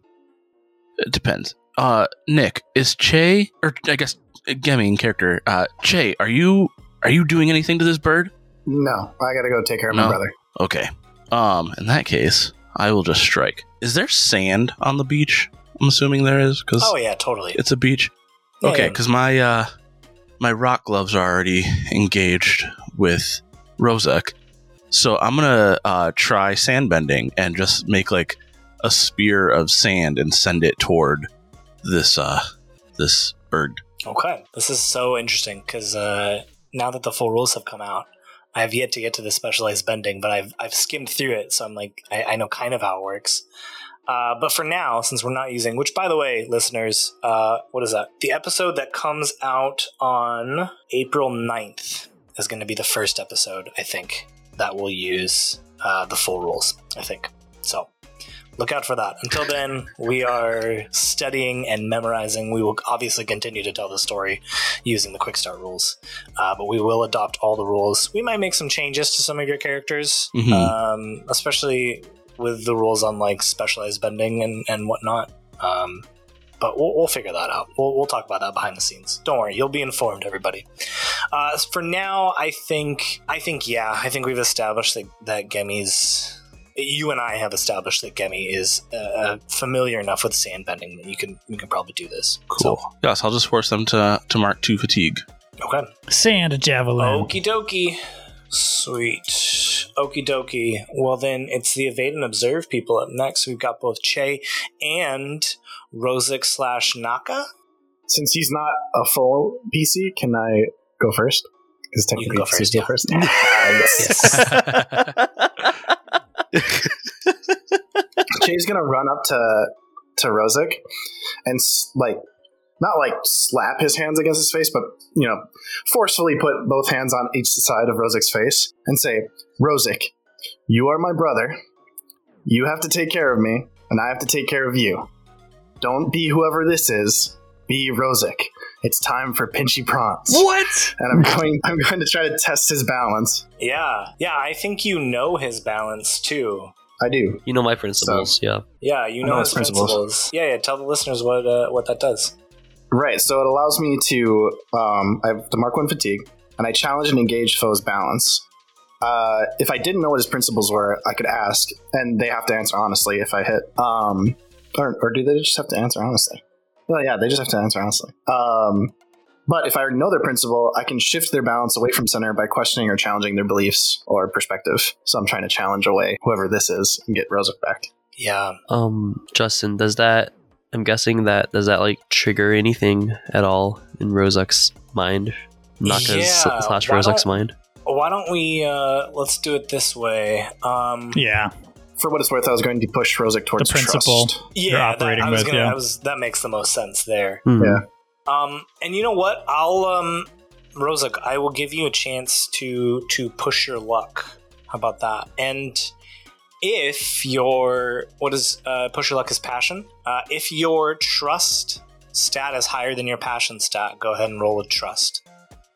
Speaker 8: It depends. Uh, Nick is Che, or I guess uh, Gemi in character. Uh, Che, are you are you doing anything to this bird?
Speaker 5: No, I gotta go take care of
Speaker 8: No.
Speaker 5: my brother.
Speaker 8: Okay. Um, in that case, I will just strike. Is there sand on the beach? I'm assuming there is because
Speaker 3: Oh yeah, totally.
Speaker 8: it's a beach.
Speaker 3: Yeah,
Speaker 8: Okay,
Speaker 3: yeah.
Speaker 8: because my uh, my rock gloves are already engaged with Rozek, so I'm gonna uh, try sand bending and just make like a spear of sand and send it toward this uh this bird.
Speaker 3: Okay. This is so interesting because uh, now that the full rules have come out, I have yet to get to the specialized bending, but I've, I've skimmed through it, so I'm like, I, I know kind of how it works. Uh, but for now, since we're not using, which by the way, listeners, uh, what is that? The episode that comes out on April 9th is going to be the first episode, I think, that will use uh, the full rules, I think. So look out for that. Until then, we are studying and memorizing. We will obviously continue to tell the story using the quick start rules, uh, but we will adopt all the rules. We might make some changes to some of your characters,
Speaker 8: Mhm.
Speaker 3: um, especially with the rules on like specialized bending and, and whatnot. Um, but we'll, we'll figure that out. We'll, we'll talk about that behind the scenes. Don't worry, you'll be informed, everybody. Uh, as for now, I think I think yeah, I think we've established that that Gemi's you and I have established that Gemi is uh, familiar enough with sand bending that you can you can probably do this.
Speaker 8: Cool. Yes, I'll just force them to to mark two fatigue.
Speaker 3: So, okay.
Speaker 6: Sand javelin.
Speaker 3: Okie dokie. Sweet. Okie dokie. Well, then it's the evade and observe people up next. We've got both Che and Rosic slash Naka.
Speaker 5: Since he's not a full PC, can I go first? Because
Speaker 3: You
Speaker 5: technically,
Speaker 3: can go
Speaker 5: it's go
Speaker 3: first, yeah.
Speaker 5: first. Ah, Jay's gonna run up to to Rosic and s- like not like slap his hands against his face, but you know, forcefully put both hands on each side of Rosic's face and say, "Rosic, you are my brother. You have to take care of me, and I have to take care of you. Don't be whoever this is. Be Rosic. It's time for pinchy prawns."
Speaker 8: what?
Speaker 5: And I'm going. I'm going to try to test his balance.
Speaker 3: Yeah. Yeah, I think you know his balance too.
Speaker 5: I do.
Speaker 4: you know my principles, yeah.
Speaker 3: Yeah, you
Speaker 5: I
Speaker 3: know,
Speaker 5: know
Speaker 3: his
Speaker 5: his principles.
Speaker 3: principles. Yeah, yeah. Tell the listeners what uh, what that does.
Speaker 5: Right, so it allows me to um, I have to mark one fatigue, and I challenge and engage foe's balance. Uh, if I didn't know what his principles were, I could ask, and they have to answer honestly if I hit. Um, or, or do they just have to answer honestly? Well, yeah, they just have to answer honestly. Um, but if I already know their principle, I can shift their balance away from center by questioning or challenging their beliefs or perspective. So I'm trying to challenge away whoever this is and get Rosek back.
Speaker 3: Yeah.
Speaker 4: Um, Justin, does that? I'm guessing that does that like trigger anything at all in Rozak's mind? Naka's
Speaker 3: Yeah,
Speaker 4: slash
Speaker 3: why
Speaker 4: Rozak's
Speaker 3: don't-
Speaker 4: mind.
Speaker 3: Why don't we uh, let's do it this way? Um,
Speaker 6: Yeah.
Speaker 5: For what it's worth, I was going to push Rosek towards
Speaker 6: principle.
Speaker 5: trust.
Speaker 6: You're
Speaker 3: yeah. That,
Speaker 6: operating
Speaker 3: I was
Speaker 6: with,
Speaker 3: gonna.
Speaker 6: yeah.
Speaker 3: I was, that makes the most sense there.
Speaker 4: Hmm.
Speaker 5: Yeah.
Speaker 3: Um, and you know what? I'll um, Rozak, I will give you a chance to to push your luck. How about that? And if your what is uh, push your luck is passion. Uh, if your trust stat is higher than your passion stat, go ahead and roll with trust.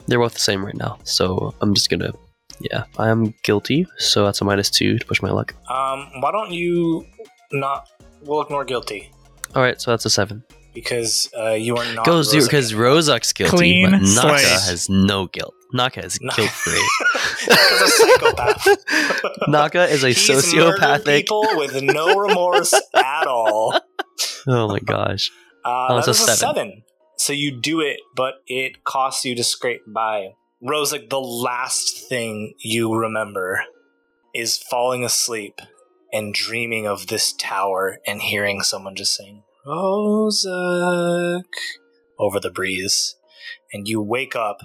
Speaker 4: They're both the same right now, so I'm just gonna. Yeah, I am guilty, so that's a minus two to push my luck.
Speaker 3: Um, why don't you not? We'll ignore guilty.
Speaker 4: All right, so that's a seven.
Speaker 3: because uh, you are not.
Speaker 4: Goes
Speaker 3: Rosa.
Speaker 4: because Rozak's guilty,
Speaker 6: Clean
Speaker 4: but Naka
Speaker 6: slate.
Speaker 4: has no guilt. Naka is
Speaker 3: No.
Speaker 4: guilt free.
Speaker 3: Naka's a psychopath.
Speaker 4: Naka is a
Speaker 3: He's murdered
Speaker 4: sociopathic.
Speaker 3: people with no remorse at all.
Speaker 4: Oh my gosh.
Speaker 3: Uh,
Speaker 4: Oh, it's a
Speaker 3: that was
Speaker 4: seven.
Speaker 3: a seven. So you do it, but it costs you to scrape by. Rosic, the last thing you remember is falling asleep and dreaming of this tower and hearing someone just saying, Rosic, over the breeze. And you wake up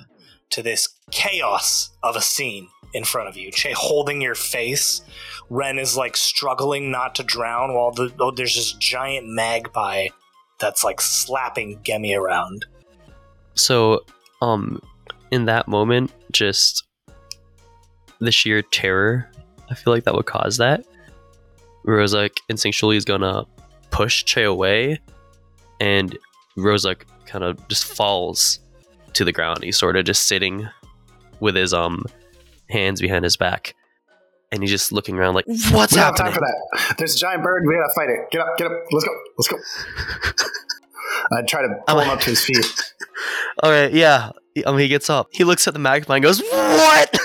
Speaker 3: to this chaos of a scene in front of you. Che holding your face. Ren is like struggling not to drown while the, oh, there's this giant magpie that's like slapping Gemi around.
Speaker 4: So, um, in that moment, just the sheer terror, I feel like that would cause that. Rozak instinctually is gonna push Che away, and Rozak kind of just falls to the ground. He's sort of just sitting with his um hands behind his back, and he's just looking around like, "What's
Speaker 5: we don't have time
Speaker 4: happening?"
Speaker 5: for that. There's a giant bird. We gotta fight it. Get up, get up. Let's go. Let's go. I'd try to pull him up to his feet.
Speaker 4: All right, yeah. He- Um, he gets up. He looks at the magpie and goes, "What?"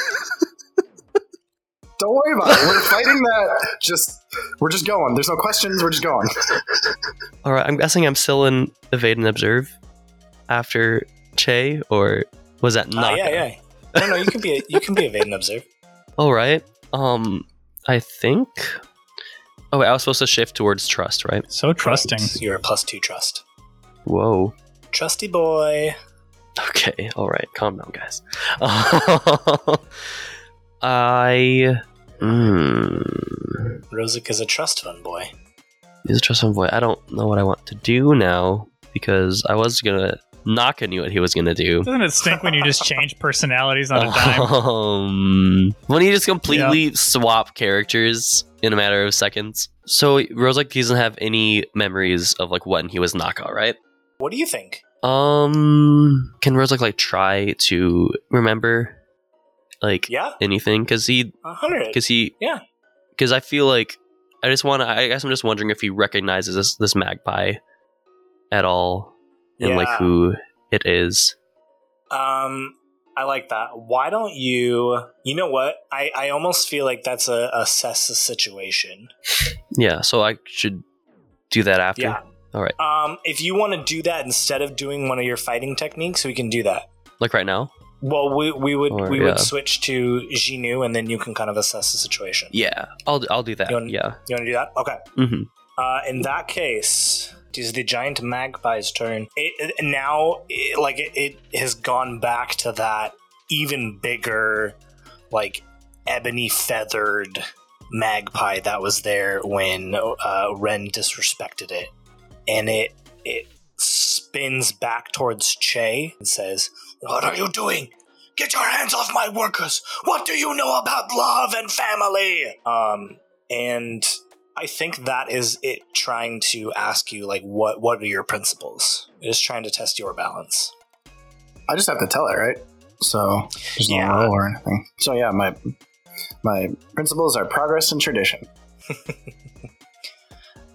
Speaker 5: Don't worry about it. We're fighting that. Just we're just going. There's no questions. We're just going.
Speaker 4: All right, I'm guessing I'm still in evade and observe after Che, or was that
Speaker 3: Ah,
Speaker 4: not?
Speaker 3: yeah, yeah. No, no, you can be a, you can be evade and observe.
Speaker 4: All right. Um, I think. Oh, wait, I was supposed to shift towards trust, right?
Speaker 6: So trusting.
Speaker 3: You're a plus two trust.
Speaker 4: Whoa.
Speaker 3: Trusty boy.
Speaker 4: Okay. All right. Calm down, guys. I. Mm,
Speaker 3: Rosic is a trust fund boy.
Speaker 4: use a trust fund void. I don't know what I want to do now because I was gonna. Naka knew what he was gonna do.
Speaker 6: Doesn't it stink when you just change personalities on a dime?
Speaker 4: Um, when you just completely swap characters in a matter of seconds. So Rozak doesn't have any memories of like when he was Naka, right?
Speaker 3: What do you think?
Speaker 4: Um, can Rozak like try to remember like
Speaker 3: Yeah,
Speaker 4: anything? Because he,
Speaker 3: a hundred.
Speaker 4: because he,
Speaker 3: Yeah.
Speaker 4: because I feel like I just want to. I guess I'm just wondering if he recognizes this this magpie at all, and like
Speaker 3: Yeah.
Speaker 4: who it is.
Speaker 3: Um, I like that. Why don't you? You know what? I I almost feel like that's a assess the situation.
Speaker 4: Yeah, so I should do that after.
Speaker 3: Yeah.
Speaker 4: All right.
Speaker 3: Um, if you want to do that instead of doing one of your fighting techniques, we can do that.
Speaker 4: Like right now.
Speaker 3: Well, we we would
Speaker 4: Or,
Speaker 3: we
Speaker 4: yeah.
Speaker 3: would switch to Jinu, and then you can kind of assess the situation.
Speaker 4: Yeah, I'll I'll do that.
Speaker 3: You wanna-
Speaker 4: yeah.
Speaker 3: You want to do that? Okay.
Speaker 4: hmm
Speaker 3: Uh, in that case, it is the giant magpie's turn. It, it- now, it, like it, it has gone back to that even bigger, like ebony feathered magpie that was there when uh, Ren disrespected it, and it it spins back towards Che and says, "What are you doing?" Get your hands off my workers! What do you know about love and family? Um, and I think that is it trying to ask you like what what are your principles? It is trying to test your balance.
Speaker 5: I just have to tell it, right? So there's no
Speaker 3: Yeah.
Speaker 5: rule or anything. So yeah, my my principles are progress and tradition.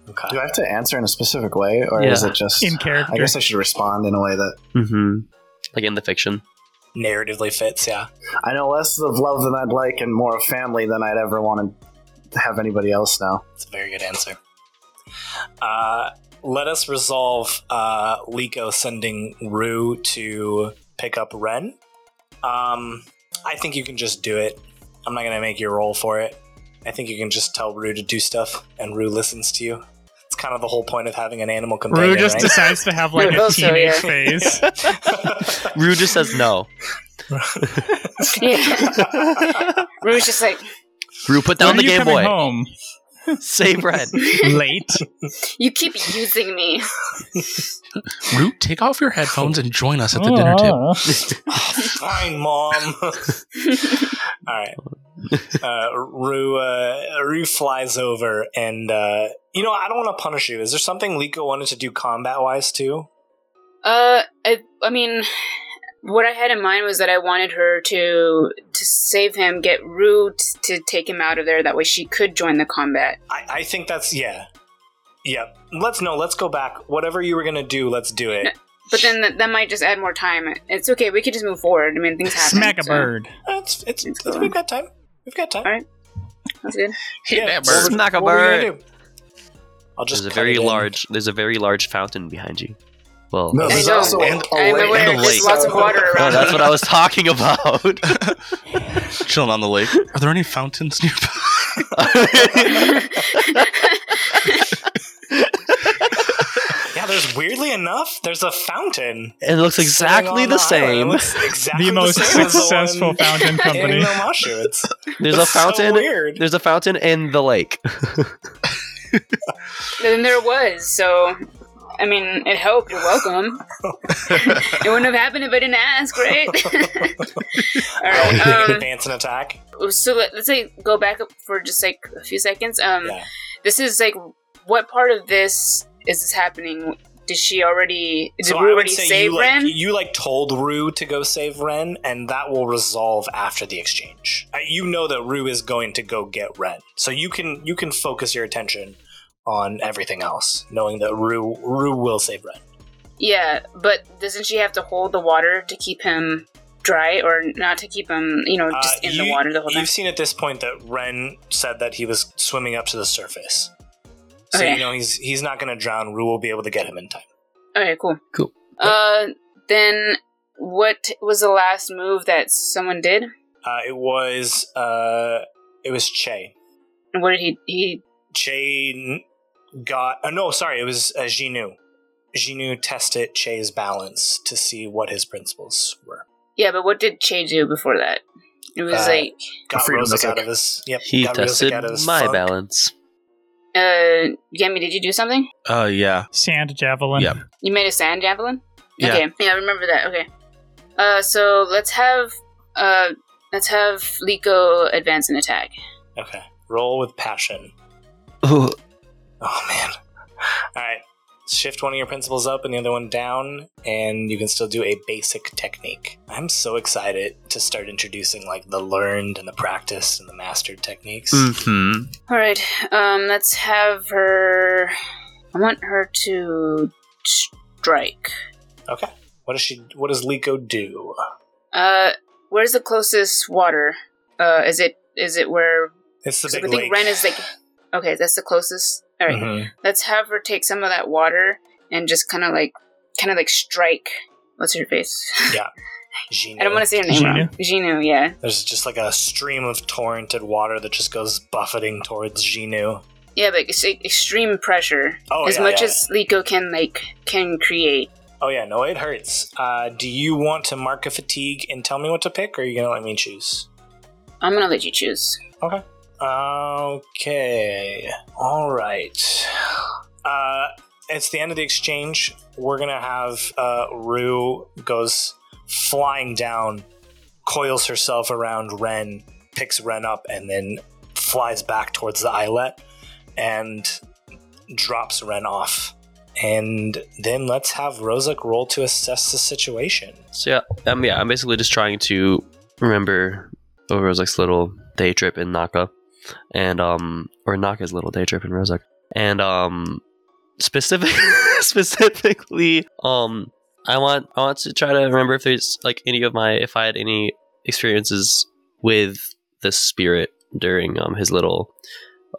Speaker 3: Okay.
Speaker 5: Do I have to answer in a specific way, or is
Speaker 4: Yeah.
Speaker 5: it just?
Speaker 6: In character.
Speaker 5: I guess I should respond in a way that
Speaker 3: Mm-hmm.
Speaker 4: hmm Like in the fiction.
Speaker 3: Narratively fits, yeah.
Speaker 5: I know less of love than I'd like, and more of family than I'd ever want to have anybody else know.
Speaker 3: It's a very good answer. Uh, let us resolve uh, Liko sending Rue to pick up Ren. Um, I think you can just do it. I'm not gonna make you roll for it. I think you can just tell Rue to do stuff, and Rue listens to you. It's kind of the whole point of having an animal companion,
Speaker 6: Rue just
Speaker 3: right?
Speaker 6: decides to have like
Speaker 8: Oh,
Speaker 6: a
Speaker 7: Also,
Speaker 6: teenage
Speaker 7: yeah.
Speaker 6: phase.
Speaker 4: Rue just says no.
Speaker 7: Yeah. Rue's just like,
Speaker 4: Rue, put down
Speaker 6: when
Speaker 4: the
Speaker 6: are you
Speaker 4: Game
Speaker 6: coming
Speaker 4: Boy.
Speaker 6: home
Speaker 4: Save Red.
Speaker 6: late.
Speaker 7: you keep using me.
Speaker 8: Root, take off your headphones and join us at the
Speaker 3: Oh.
Speaker 8: dinner table.
Speaker 6: Oh,
Speaker 3: Fine, mom. All right. Uh, Rue, uh, Rue flies over, and uh, you know I don't want to punish you. Is there something Liko wanted to do combat wise too?
Speaker 7: Uh, I, I mean, what I had in mind was that I wanted her to to save him, get Rue t- to take him out of there. That way, she could join the combat.
Speaker 3: I, I think that's yeah. Yeah. Let's no. Let's go back. Whatever you were gonna do, let's do it.
Speaker 7: But then that, that might just add more time. It's okay. We could just move forward. I mean, things happen.
Speaker 6: Smack a
Speaker 7: so
Speaker 6: bird.
Speaker 3: It's,
Speaker 7: It's
Speaker 3: it's, it's-
Speaker 7: fine.
Speaker 3: we've got time. We've got time.
Speaker 7: All right. That's good.
Speaker 8: Hit that
Speaker 3: so
Speaker 8: bird.
Speaker 4: Smack a
Speaker 3: what were you
Speaker 4: bird.
Speaker 3: gonna do? I'll just
Speaker 4: There's a
Speaker 3: cut
Speaker 4: very
Speaker 3: it in.
Speaker 4: large. There's a very large fountain behind you. Well,
Speaker 5: No,
Speaker 7: I
Speaker 5: there's
Speaker 7: know.
Speaker 5: also a,
Speaker 8: And-
Speaker 5: a
Speaker 7: I'm
Speaker 5: lake.
Speaker 7: aware.
Speaker 8: and a
Speaker 7: There's
Speaker 8: lake.
Speaker 7: lots of water
Speaker 4: oh,
Speaker 7: around.
Speaker 4: that's what I was talking about.
Speaker 8: Chilling on the lake. Are there any fountains nearby?
Speaker 3: Yeah, there's weirdly enough, there's a fountain.
Speaker 4: it looks exactly
Speaker 3: Sitting
Speaker 4: the
Speaker 3: on island. It
Speaker 4: same.
Speaker 3: looks exactly
Speaker 6: the most
Speaker 3: same as the one
Speaker 6: successful fountain company.
Speaker 3: In Omashu. It's,
Speaker 4: There's a
Speaker 3: it's so
Speaker 4: fountain.
Speaker 3: weird.
Speaker 4: There's a fountain in the lake.
Speaker 7: Then there was. So, I mean, it helped. You're welcome. it wouldn't have happened if I didn't ask, right?
Speaker 3: Are we
Speaker 7: All
Speaker 3: gonna
Speaker 7: right.
Speaker 3: advance an attack?
Speaker 7: Um, so let, let's say go back up for just like a few seconds. Um,
Speaker 3: Yeah.
Speaker 7: this is like what part of this is this happening? Did she already? Did
Speaker 3: So
Speaker 7: we
Speaker 3: I would
Speaker 7: already
Speaker 3: say
Speaker 7: save
Speaker 3: you, like,
Speaker 7: Ren?
Speaker 3: you like told Rue to go save Ren, and that will resolve after the exchange. Uh, You know that Rue is going to go get Ren, so you can you can focus your attention on everything else, knowing that Rue Rue will save Ren.
Speaker 7: Yeah, but doesn't she have to hold the water to keep him dry, or not to keep him, you know, just
Speaker 3: Uh,
Speaker 7: in the
Speaker 3: you-
Speaker 7: water the whole time?
Speaker 3: You've seen at this point that Ren said that he was swimming up to the surface, so
Speaker 7: Okay.
Speaker 3: you know he's he's not going to drown. Rue will be able to get him in time.
Speaker 7: Okay, cool.
Speaker 4: Cool.
Speaker 7: Uh, then what was the last move that someone did?
Speaker 3: Uh, it was uh, it was Che.
Speaker 7: And what did he? He
Speaker 3: Che n- got. Oh, no, sorry. It was uh, Jinu. Jinu tested Che's balance to see what his principles were.
Speaker 7: yeah, but what did Che do before that? It was
Speaker 3: Uh,
Speaker 7: like
Speaker 3: Got
Speaker 5: Freedom
Speaker 3: Rosic
Speaker 5: attack.
Speaker 3: out of his. Yep.
Speaker 4: He
Speaker 3: got Rosic
Speaker 4: tested
Speaker 3: out of his
Speaker 4: my
Speaker 3: funk.
Speaker 4: balance.
Speaker 7: Uh, Yemi, did you do something?
Speaker 8: Uh, yeah.
Speaker 6: Sand javelin.
Speaker 8: Yep.
Speaker 7: You made a sand javelin?
Speaker 8: Yeah.
Speaker 7: Okay. Yeah, I remember that. Okay. Uh, so let's have uh, let's have Liko advance and attack.
Speaker 3: Okay. Roll with passion.
Speaker 4: Oh,
Speaker 3: Oh man. All right. Shift one of your principles up and the other one down, and you can still do a basic technique. I'm so excited to start introducing like the learned and the practiced and the mastered techniques.
Speaker 8: Mm-hmm.
Speaker 4: hmm
Speaker 7: All right. Um, let's have her. I want her to strike.
Speaker 3: Okay. What does she? What does Liko do?
Speaker 7: Uh, where's the closest water? Uh, is it is it where?
Speaker 3: It's the
Speaker 7: 'cause
Speaker 3: big
Speaker 7: I think
Speaker 3: lake.
Speaker 7: Ren is like. Okay, that's the closest. All right.
Speaker 3: Mhm.
Speaker 7: Let's have her take some of that water and just kind of like, kind of like strike. What's her face?
Speaker 3: Yeah. Genie.
Speaker 7: I don't want to say her name
Speaker 6: Jinu?
Speaker 7: wrong. Jinu, yeah.
Speaker 3: There's just like a stream of torrented water that just goes buffeting towards Jinu.
Speaker 7: Yeah, but it's like extreme pressure.
Speaker 3: Oh,
Speaker 7: as
Speaker 3: yeah,
Speaker 7: much
Speaker 3: yeah,
Speaker 7: as Liko can like can create.
Speaker 3: Oh yeah, no, it hurts. Uh, do you want to mark a fatigue and tell me what to pick, or are you gonna let me choose?
Speaker 7: I'm gonna let you choose.
Speaker 3: Okay. All right. Uh, it's the end of the exchange. We're gonna have uh, Rue goes flying down, coils herself around Ren, picks Ren up, and then flies back towards the islet and drops Ren off. And then let's have Rozak roll to assess the situation.
Speaker 4: So yeah, um, yeah, I'm basically just trying to remember over Rozak's little day trip in Naka, and um, or Naka's little day trip in Rozak, and um, specific specifically, um, I want I want to try to remember if there's like any of my if I had any experiences with the spirit during um his little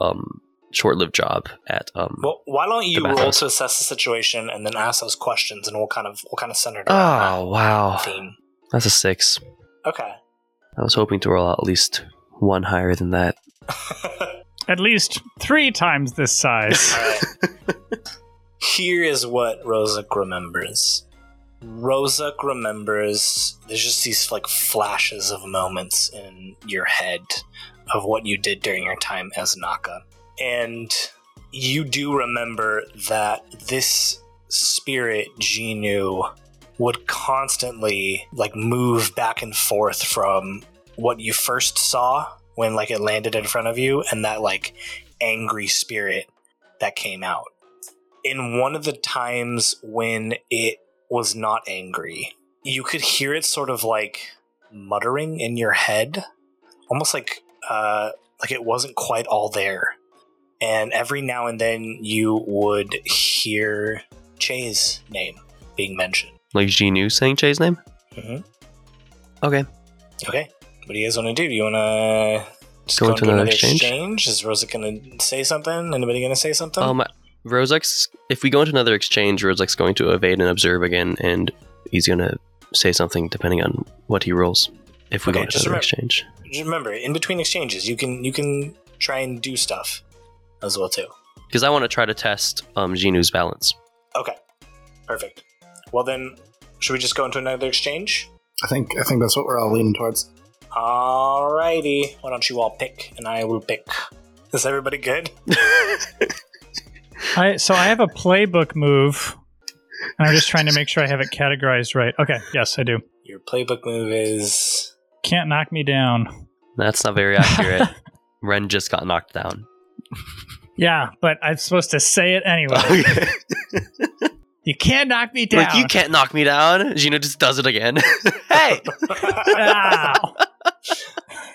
Speaker 4: um short-lived job at um
Speaker 3: Well, why don't you
Speaker 4: The
Speaker 3: roll
Speaker 4: bathhouse.
Speaker 3: to assess the situation and then ask those questions, and we'll kind of we'll kind of center it around
Speaker 4: oh
Speaker 3: that
Speaker 4: wow
Speaker 3: theme.
Speaker 4: that's a six
Speaker 3: Okay.
Speaker 4: I was hoping to roll out at least one higher than that
Speaker 6: At least three times this size.
Speaker 3: Alright. Here is what Rozak remembers. Rozak remembers there's just these like flashes of moments in your head of what you did during your time as Naka. And you do remember that this spirit, Jinu, would constantly like move back and forth from what you first saw when like it landed in front of you and that like angry spirit that came out. In one of the times when it was not angry, you could hear it sort of like muttering in your head, almost like uh, like it wasn't quite all there. and every now and then you would hear Che's name being mentioned.
Speaker 4: Like Genu saying Che's name?
Speaker 3: Mhm.
Speaker 4: Okay.
Speaker 3: Okay, what do you guys want to do? Do you want to just
Speaker 4: Go
Speaker 3: go
Speaker 4: into
Speaker 3: into
Speaker 4: another
Speaker 3: another
Speaker 4: exchange?
Speaker 3: exchange? Is Rosa going to say something? Anybody going to say something?
Speaker 4: Um, Rosex, if we go into another exchange, Rosex going to evade and observe again, and he's going to say something depending on what he rolls. If we
Speaker 3: Okay,
Speaker 4: go into
Speaker 3: just
Speaker 4: another
Speaker 3: remember-
Speaker 4: exchange,
Speaker 3: Just remember, in between exchanges, you can you can try and do stuff as well too.
Speaker 4: because I want to try to test um Genu's balance.
Speaker 3: Okay, perfect. Well then, should we just go into another exchange?
Speaker 5: I think I think that's what we're all leaning towards.
Speaker 3: Alrighty. Why don't you all pick, and I will pick. Is everybody good?
Speaker 6: I so I have a playbook move, and I'm just trying to make sure I have it categorized right. Okay, yes, I do.
Speaker 3: Your playbook move is
Speaker 6: Can't knock me down.
Speaker 4: That's not very accurate. Ren just got knocked down.
Speaker 6: Yeah, but I'm supposed to say it anyway. you can't knock me down.
Speaker 4: Oh, Like you can't knock me down. Genu just does it again. hey,
Speaker 6: Ow.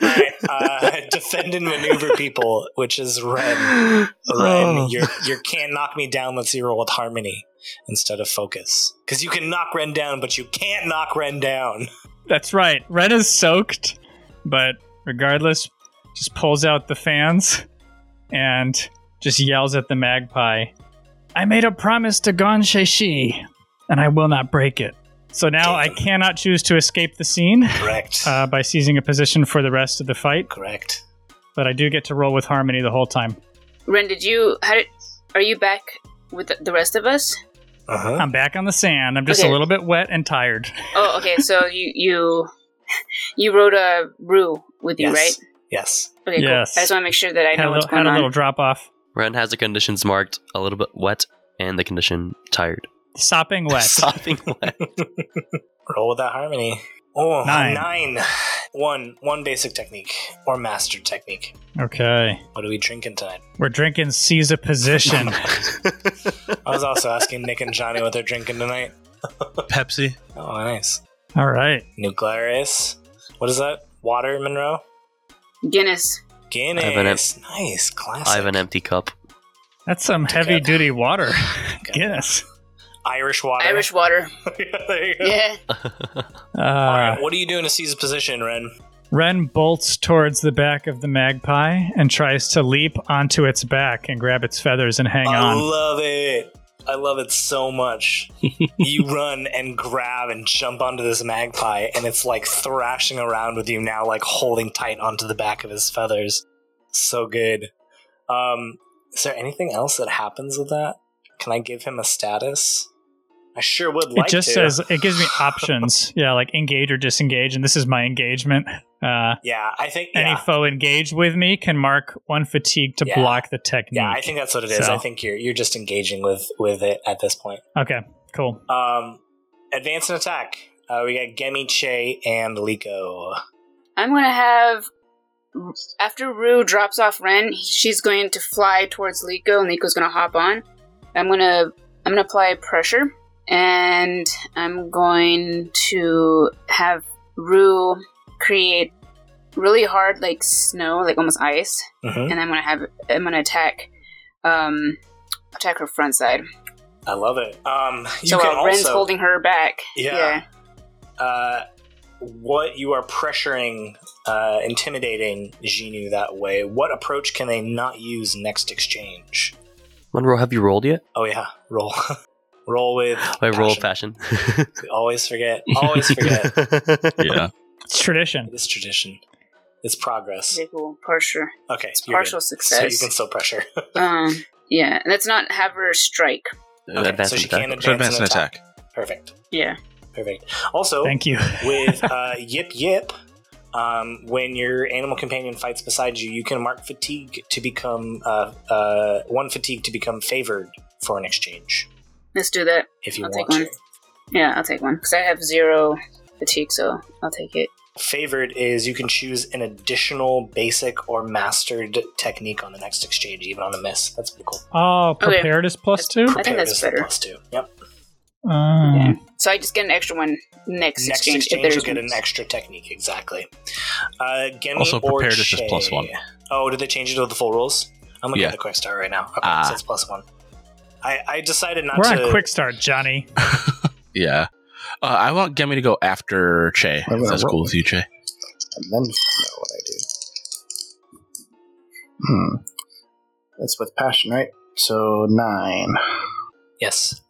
Speaker 3: Alright, uh, defend and maneuver people, which is red. Ren,
Speaker 4: Oh.
Speaker 3: your your can't knock me down. Let's zero with harmony instead of focus, because you can knock Ren down, but you can't knock Ren down.
Speaker 6: That's right. Ren is soaked, but regardless, just pulls out the fans and just yells at the magpie. I made a promise to Gon Sheshi, and I will not break it. So now I cannot choose to escape the scene
Speaker 3: Correct.
Speaker 6: uh, by seizing a position for the rest of the fight,
Speaker 3: Correct.
Speaker 6: but I do get to roll with Harmony the whole time.
Speaker 7: Ren, did you? How did? Are you back with the rest of us?
Speaker 3: Uh-huh.
Speaker 6: I'm back on the sand. I'm just
Speaker 7: Okay.
Speaker 6: a little bit wet and tired.
Speaker 7: Oh, okay. So you you you rode a Rue with you,
Speaker 3: yes.
Speaker 7: right?
Speaker 3: Yes.
Speaker 7: Okay,
Speaker 6: Yes.
Speaker 7: cool. I just want to make sure that I
Speaker 6: Had
Speaker 7: know
Speaker 6: a
Speaker 7: what's
Speaker 6: little, had
Speaker 7: going
Speaker 6: a little
Speaker 7: on.
Speaker 6: drop off.
Speaker 4: Ren has the conditions marked a little bit wet and the condition tired.
Speaker 6: Sopping wet.
Speaker 4: Sopping wet.
Speaker 3: Roll with that harmony. Oh,
Speaker 6: Nine.
Speaker 3: nine. One. One basic technique or master technique.
Speaker 6: Okay.
Speaker 3: What are we drinking tonight?
Speaker 6: We're drinking seize a position.
Speaker 3: I was also asking Nick and Johnny what they're drinking tonight.
Speaker 8: Pepsi.
Speaker 3: Oh, nice.
Speaker 6: All right.
Speaker 3: Nuclearis. What is that? Water, Monroe?
Speaker 7: Guinness.
Speaker 3: Guinness.
Speaker 4: I have an em-
Speaker 3: nice. Classic.
Speaker 4: I have an empty cup.
Speaker 6: That's some
Speaker 3: Together.
Speaker 6: heavy duty water. Guinness.
Speaker 3: Irish water.
Speaker 7: Irish water.
Speaker 3: there you go.
Speaker 7: Yeah.
Speaker 3: All
Speaker 6: Uh,
Speaker 3: right, what are you doing to seize a position, Ren?
Speaker 6: Ren bolts towards the back of the magpie and tries to leap onto its back and grab its feathers and hang
Speaker 3: I
Speaker 6: on.
Speaker 3: love it. I love it so much. you run and grab and jump onto this magpie, and it's like thrashing around with you now, like holding tight onto the back of his feathers. So good. Um, is there anything else that happens with that? Can I give him a status? I sure would like
Speaker 6: it just
Speaker 3: to.
Speaker 6: says it gives me options. yeah, like engage or disengage, and this is my engagement. Uh,
Speaker 3: yeah, I think.
Speaker 6: Any
Speaker 3: Yeah,
Speaker 6: foe engaged with me can mark one fatigue to
Speaker 3: Yeah.
Speaker 6: block the technique.
Speaker 3: yeah, I think that's what it is.
Speaker 6: So-
Speaker 3: I think you're you're just engaging with with it at this point.
Speaker 6: okay, cool.
Speaker 3: Um, advance and attack. Uh, we got Gemi, Che, and Liko.
Speaker 7: I'm gonna have after Rue drops off Ren, she's going to fly towards Liko, and Liko's gonna hop on. I'm gonna I'm gonna apply pressure, and I'm going to have Rue create really hard like snow, like almost ice,
Speaker 3: Mhm.
Speaker 7: and I'm gonna have I'm gonna attack um attack her front side.
Speaker 3: I love it. Um, you
Speaker 7: so
Speaker 3: can
Speaker 7: while Ren's
Speaker 3: also,
Speaker 7: holding her back,
Speaker 3: Yeah. uh, what you are pressuring, uh, intimidating Xinu that way. What approach can they not use next exchange?
Speaker 4: Monroe, have you rolled yet?
Speaker 3: Oh yeah, roll, roll with.
Speaker 4: I roll
Speaker 3: passion.
Speaker 4: fashion.
Speaker 3: We Always forget. Always forget.
Speaker 8: Yeah.
Speaker 6: It's tradition.
Speaker 3: this tradition. It's progress.
Speaker 7: Okay, cool. Pressure.
Speaker 3: Okay,
Speaker 7: It's
Speaker 3: you're
Speaker 7: partial
Speaker 3: good.
Speaker 7: success.
Speaker 3: So you can still pressure.
Speaker 7: um, yeah, let's not have her strike.
Speaker 3: Okay, so she can
Speaker 8: So
Speaker 3: advance,
Speaker 8: advance
Speaker 3: an
Speaker 8: and
Speaker 3: attack.
Speaker 8: attack.
Speaker 3: Perfect.
Speaker 7: Yeah.
Speaker 3: Perfect. Also,
Speaker 6: Thank you.
Speaker 3: with uh, Yip Yip, um, when your animal companion fights beside you, you can mark fatigue to become uh, uh, one fatigue to become favored for an exchange
Speaker 7: Let's do that.
Speaker 3: if you
Speaker 7: I'll
Speaker 3: want
Speaker 7: take
Speaker 3: to.
Speaker 7: one. Yeah, I'll take one because I have zero fatigue, so I'll take it.
Speaker 3: Favored is you can choose an additional basic or mastered technique on the next exchange, even on a miss. That's pretty cool.
Speaker 6: Oh,
Speaker 7: Okay.
Speaker 6: prepared is plus two.
Speaker 7: I think
Speaker 3: Prepared
Speaker 7: that's
Speaker 3: is
Speaker 7: better.
Speaker 3: Plus two. Yep.
Speaker 4: Hmm.
Speaker 6: Uh,
Speaker 7: Yeah. So I just get an extra one next,
Speaker 3: Next
Speaker 7: exchange,
Speaker 3: exchange,
Speaker 7: if there's
Speaker 3: you'll get
Speaker 7: one.
Speaker 3: an extra technique exactly. Uh, Gemi
Speaker 8: Also,
Speaker 3: or
Speaker 8: prepared is just
Speaker 3: Che.
Speaker 8: plus one.
Speaker 3: Oh, did they change it to the full rules? I'm looking
Speaker 8: Yeah.
Speaker 3: at the quick start right now. Okay,
Speaker 8: Ah.
Speaker 3: so it's plus one. I, I decided not
Speaker 6: We're
Speaker 3: to.
Speaker 6: on quick start, Johnny.
Speaker 8: Yeah. Uh, I want Gemi to go after Che.
Speaker 5: I'm
Speaker 8: If
Speaker 5: gonna
Speaker 8: that's
Speaker 5: roll
Speaker 8: cool
Speaker 5: it.
Speaker 8: with you, Che.
Speaker 5: and then know what I do. Hmm. That's with passion, right? So nine
Speaker 3: Yes.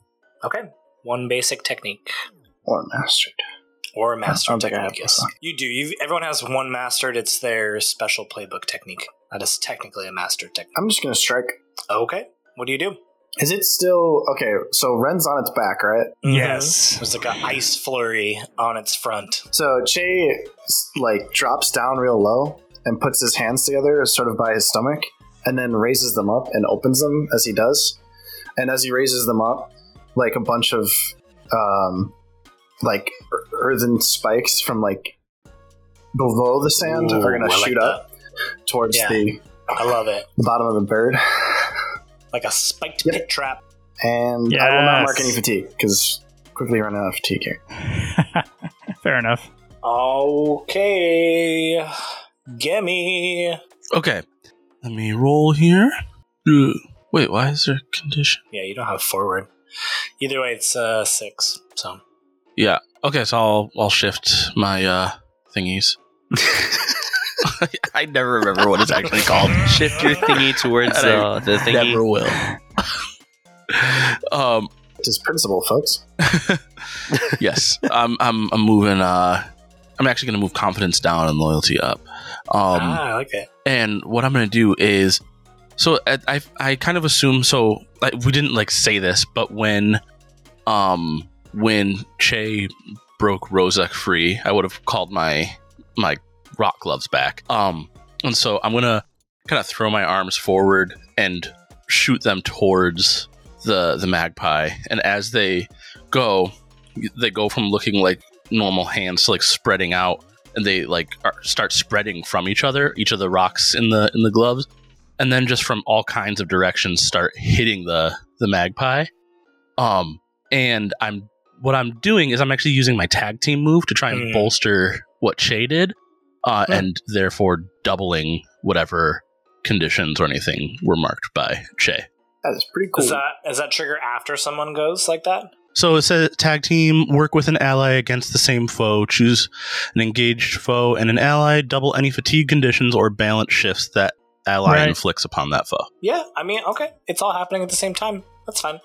Speaker 3: Okay. One basic technique
Speaker 5: or mastered.
Speaker 3: or a master
Speaker 5: I don't think I
Speaker 3: technique.
Speaker 5: have
Speaker 3: Yes.
Speaker 5: this one.
Speaker 3: You do. You everyone has one mastered. It's their special playbook technique. That is technically a master technique.
Speaker 5: I'm just gonna strike.
Speaker 3: Okay. What do you do?
Speaker 5: Is it still okay? So Ren's on its back, right?
Speaker 3: Mhm. There's like an ice flurry on its front.
Speaker 5: So Che like drops down real low and puts his hands together, sort of by his stomach, and then raises them up and opens them as he does. And as he raises them up, like a bunch of um, like ear- earthen spikes from like below the sand
Speaker 3: Ooh,
Speaker 5: are gonna
Speaker 3: I like
Speaker 5: shoot up towards
Speaker 3: Yeah.
Speaker 5: the,
Speaker 3: that. I love it.
Speaker 5: the bottom of the bird.
Speaker 3: Like a spiked
Speaker 5: Yep.
Speaker 3: pit trap.
Speaker 5: And I will not mark
Speaker 6: Yes.
Speaker 5: any fatigue because quickly running out of fatigue here.
Speaker 6: Fair enough.
Speaker 3: Okay. Gimme.
Speaker 8: Okay. Let me roll here. Ugh. Wait, why is there a condition?
Speaker 3: Yeah, you don't have forward. Either way, it's uh, six.
Speaker 4: Um,
Speaker 3: So
Speaker 8: Yeah. Okay, so I'll I'll shift my uh thingies. I never remember what it's actually called.
Speaker 4: Shift your thingy towards
Speaker 8: And I
Speaker 4: uh, the thingy.
Speaker 8: Never will. um
Speaker 5: It is principle, folks.
Speaker 8: yes. I'm I'm I'm moving uh I'm actually gonna move confidence down and loyalty up. Um
Speaker 3: ah, I like that.
Speaker 8: and what I'm gonna do is, so I I, I kind of assume so I, we didn't like say this, but when, um, when Che broke Rozak free, I would have called my my rock gloves back. Um, and so I'm gonna kind of throw my arms forward and shoot them towards the the magpie, and as they go, they go from looking like normal hands to like spreading out and they like are, start spreading from each other each of the rocks in the in the gloves and then just from all kinds of directions start hitting the the magpie um and i'm what i'm doing is i'm actually using my tag team move to try and
Speaker 3: Hmm.
Speaker 8: bolster what shay did uh,
Speaker 3: Hmm.
Speaker 8: and therefore doubling whatever conditions or anything were marked by shay
Speaker 5: That is pretty cool.
Speaker 3: Is that is that trigger after someone goes like that?
Speaker 8: So it says tag team, work with an ally against the same foe, choose an engaged foe and an ally, double any fatigue conditions or balance shifts that ally
Speaker 6: Right.
Speaker 8: inflicts upon that foe.
Speaker 3: Yeah, I mean, okay, it's all happening at the same time. That's fine.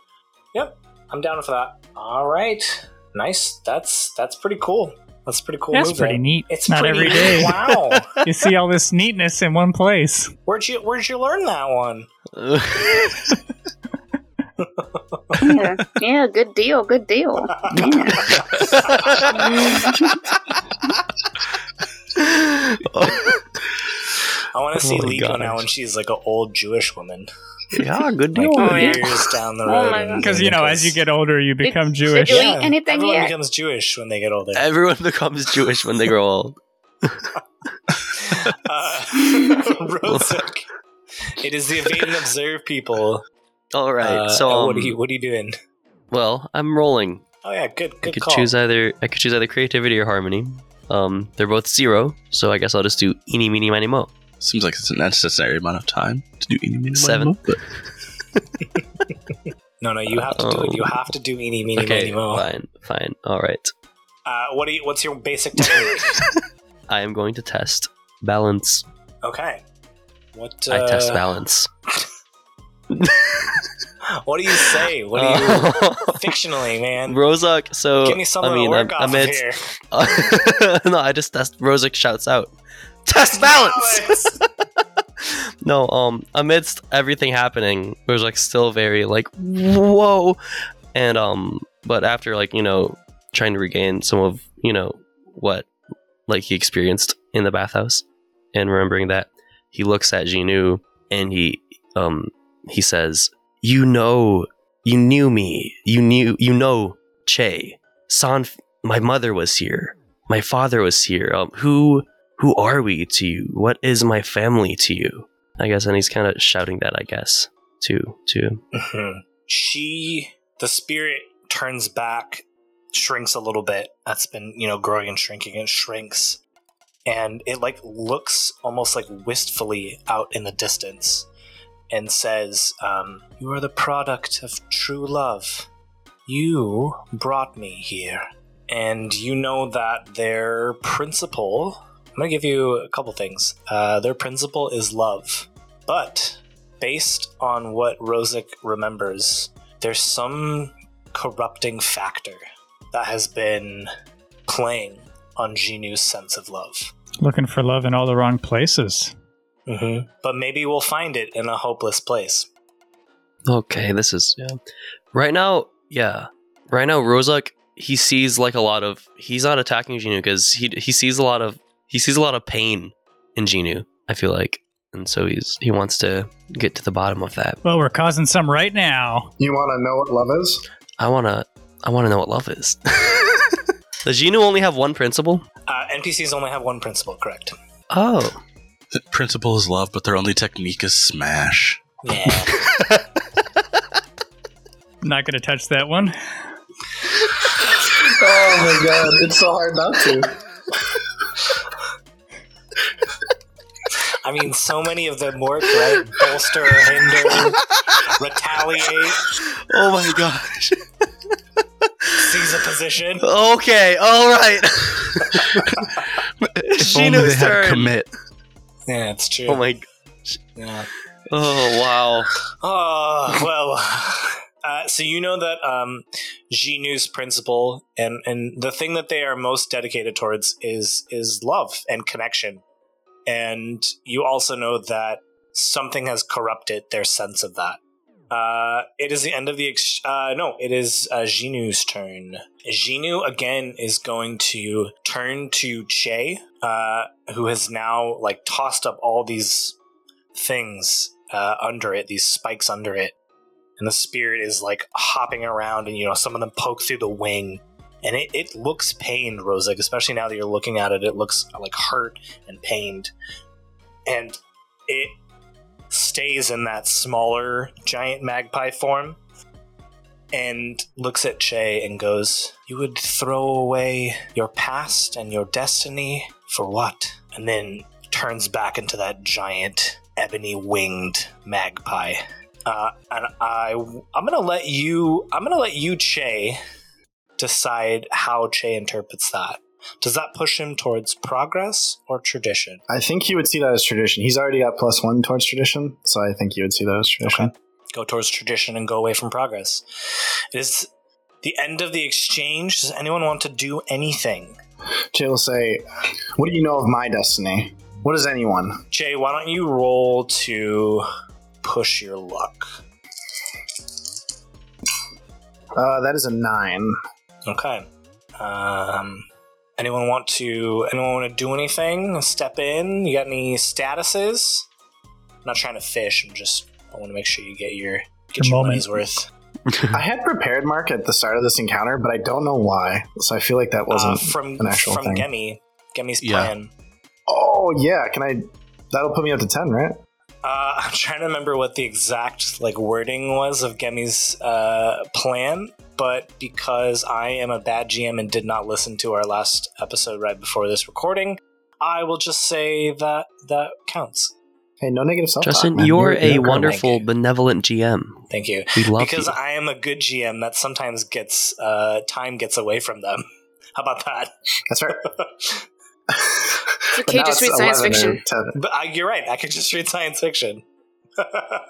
Speaker 3: Yep, I'm down for that. All right, nice. That's that's pretty cool. That's a pretty cool.
Speaker 6: That's
Speaker 3: move
Speaker 6: pretty
Speaker 3: there.
Speaker 6: neat.
Speaker 3: It's
Speaker 6: Not
Speaker 3: pretty
Speaker 6: every
Speaker 3: neat.
Speaker 6: day.
Speaker 3: Wow,
Speaker 6: You see all this neatness in one place.
Speaker 3: where'd you where'd you learn that one?
Speaker 7: Yeah, yeah, good deal, good deal. Yeah.
Speaker 3: I want to see
Speaker 4: Oh my
Speaker 3: Liko
Speaker 4: gosh.
Speaker 3: now when she's like an old Jewish woman,
Speaker 4: yeah, good
Speaker 3: like
Speaker 4: deal.
Speaker 7: Oh, yeah.
Speaker 3: years down the
Speaker 7: Oh
Speaker 3: road.
Speaker 7: my
Speaker 3: and-
Speaker 7: God.
Speaker 6: Because, you know, as you get older, you become Jewish.
Speaker 7: Do we eat anything
Speaker 3: everyone
Speaker 7: yet?
Speaker 3: becomes Jewish when they get older.
Speaker 4: Everyone becomes Jewish when they grow old.
Speaker 3: uh, Rozek, it is the evade and observe people.
Speaker 4: All right.
Speaker 3: Uh,
Speaker 4: so
Speaker 3: uh,
Speaker 4: um,
Speaker 3: what are you what are you doing?
Speaker 4: well, I'm rolling.
Speaker 3: Oh yeah, good
Speaker 4: I
Speaker 3: good
Speaker 4: could
Speaker 3: call.
Speaker 4: choose either I could choose either creativity or harmony. Um, they're both zero, so I guess I'll just do eeny meeny miny mo.
Speaker 8: Seems like it's a necessary amount of time to do any minimum.
Speaker 4: Seven.
Speaker 3: No, no, you have to do it. You
Speaker 4: Oh.
Speaker 3: have to do eeny, meeny,
Speaker 4: Okay,
Speaker 3: miny, moe.
Speaker 4: fine, fine. All right.
Speaker 3: Uh, what do you? What's your basic technique?
Speaker 4: I am going to test balance.
Speaker 3: okay. What? Uh,
Speaker 4: I test balance.
Speaker 3: What do you say? What do you? fictionally, man.
Speaker 4: Rozak, so
Speaker 3: Give me something
Speaker 4: I mean,
Speaker 3: to work
Speaker 4: I'm,
Speaker 3: off
Speaker 4: I'm
Speaker 3: of
Speaker 4: at-
Speaker 3: here.
Speaker 4: no, I just test. Rozak shouts out, "Test balance!" no, um, amidst everything happening, it was like still very like whoa, and um, but after like you know trying to regain some of you know what like he experienced in the bathhouse, and remembering that he looks at Jinu and he um he says, "You know, you knew me. You knew, you know, Che San. My mother was here. My father was here. Um, who?" who are we to you? What is my family to you? I guess, and he's kind of shouting that, I guess, to to.
Speaker 3: Mhm. she, the spirit, turns back, shrinks a little bit. That's been you know growing and shrinking. It shrinks, and it like looks almost like wistfully out in the distance, and says, um, You are the product of true love. You brought me here. And you know that their principle. I'm going to give you a couple things. Uh, their principle is love. But based on what Rosic remembers, there's some corrupting factor that has been playing on Ginu's sense of love.
Speaker 6: Looking for love in all the wrong places.
Speaker 3: hmm
Speaker 4: Mm-hmm.
Speaker 3: But maybe we'll find it in a hopeless place.
Speaker 4: Okay, this is yeah. Right now, yeah. Right now, Rozak he sees like a lot of he's not attacking Genu because he he sees a lot of he sees a lot of pain in Genu. I feel like, and so he's he wants to get to the bottom of that.
Speaker 6: Well, we're causing some right now.
Speaker 5: You want to know what love is?
Speaker 4: I wanna I wanna know what love is. Does Genu only have one principle?
Speaker 3: Uh, NPCs only have one principle, correct?
Speaker 4: Oh,
Speaker 8: The principle is love, but their only technique is smash.
Speaker 3: Yeah.
Speaker 6: Not going to touch that one.
Speaker 5: Oh my god, it's so hard not to.
Speaker 3: I mean, so many of them work, right? Bolster, hinder, retaliate,
Speaker 4: oh my gosh.
Speaker 3: seize a position.
Speaker 4: Okay, all right.
Speaker 8: If only they
Speaker 4: Genu's
Speaker 8: had
Speaker 4: turn.
Speaker 8: commit.
Speaker 3: Yeah, it's true.
Speaker 4: oh my. g-
Speaker 3: Yeah.
Speaker 4: Oh wow.
Speaker 3: Oh, well. Uh, so you know that um, Ginu's principle and, and the thing that they are most dedicated towards is is love and connection. And you also know that something has corrupted their sense of that. Uh, it is the end of the ex- uh, no. It is uh, Ginu's turn. Ginu again is going to turn to Che, uh, who has now like tossed up all these things uh, under it, these spikes under it. And the spirit is like hopping around, and you know, some of them poke through the wing. And it, it looks pained, Rosic, especially now that you're looking at it. It looks like hurt and pained. And it stays in that smaller giant magpie form and looks at Che and goes, You would throw away your past and your destiny for what? And then turns back into that giant ebony winged magpie. Uh, and I, I'm gonna let you, I'm gonna let you, Che, decide how Che interprets that. Does that push him towards progress or tradition?
Speaker 5: I think he would see that as tradition. He's already got plus one towards tradition, so I think he would see that as tradition.
Speaker 3: Go towards tradition and go away from progress. It is the end of the exchange. Does anyone want to do anything?
Speaker 5: Jay will say, What do you know of my destiny? What does anyone?
Speaker 3: Jay, why don't you roll to push your luck?
Speaker 5: Uh, that is a nine.
Speaker 3: Okay. Um, anyone want to? Anyone want to do anything? Step in. You got any statuses? I'm not trying to fish. I'm just. I want to make sure you get your
Speaker 6: Your
Speaker 3: get your
Speaker 6: moment.
Speaker 3: money's worth.
Speaker 5: I had prepared Mark at the start of this encounter, but I don't know why. So I feel like that
Speaker 3: Uh,
Speaker 5: wasn't.
Speaker 3: from
Speaker 5: an actual
Speaker 3: from
Speaker 5: thing.
Speaker 3: Gemi. Gemi's
Speaker 8: Yeah.
Speaker 3: plan.
Speaker 5: oh, yeah. Can I. That'll put me up to 10, right?
Speaker 3: Uh, I'm trying to remember what the exact like wording was of Gemi's uh, plan, but because I am a bad GM and did not listen to our last episode right before this recording, I will just say that that counts.
Speaker 5: Hey, no negative self
Speaker 4: Justin, you're, a wonderful,
Speaker 3: wanker.
Speaker 4: benevolent GM.
Speaker 3: Thank you.
Speaker 4: We love
Speaker 3: because
Speaker 4: you.
Speaker 3: I am a good GM that sometimes gets uh, time gets away from them. How about that?
Speaker 5: That's right.
Speaker 7: okay, just read science fiction.
Speaker 3: but I, you're right. I could just read science fiction.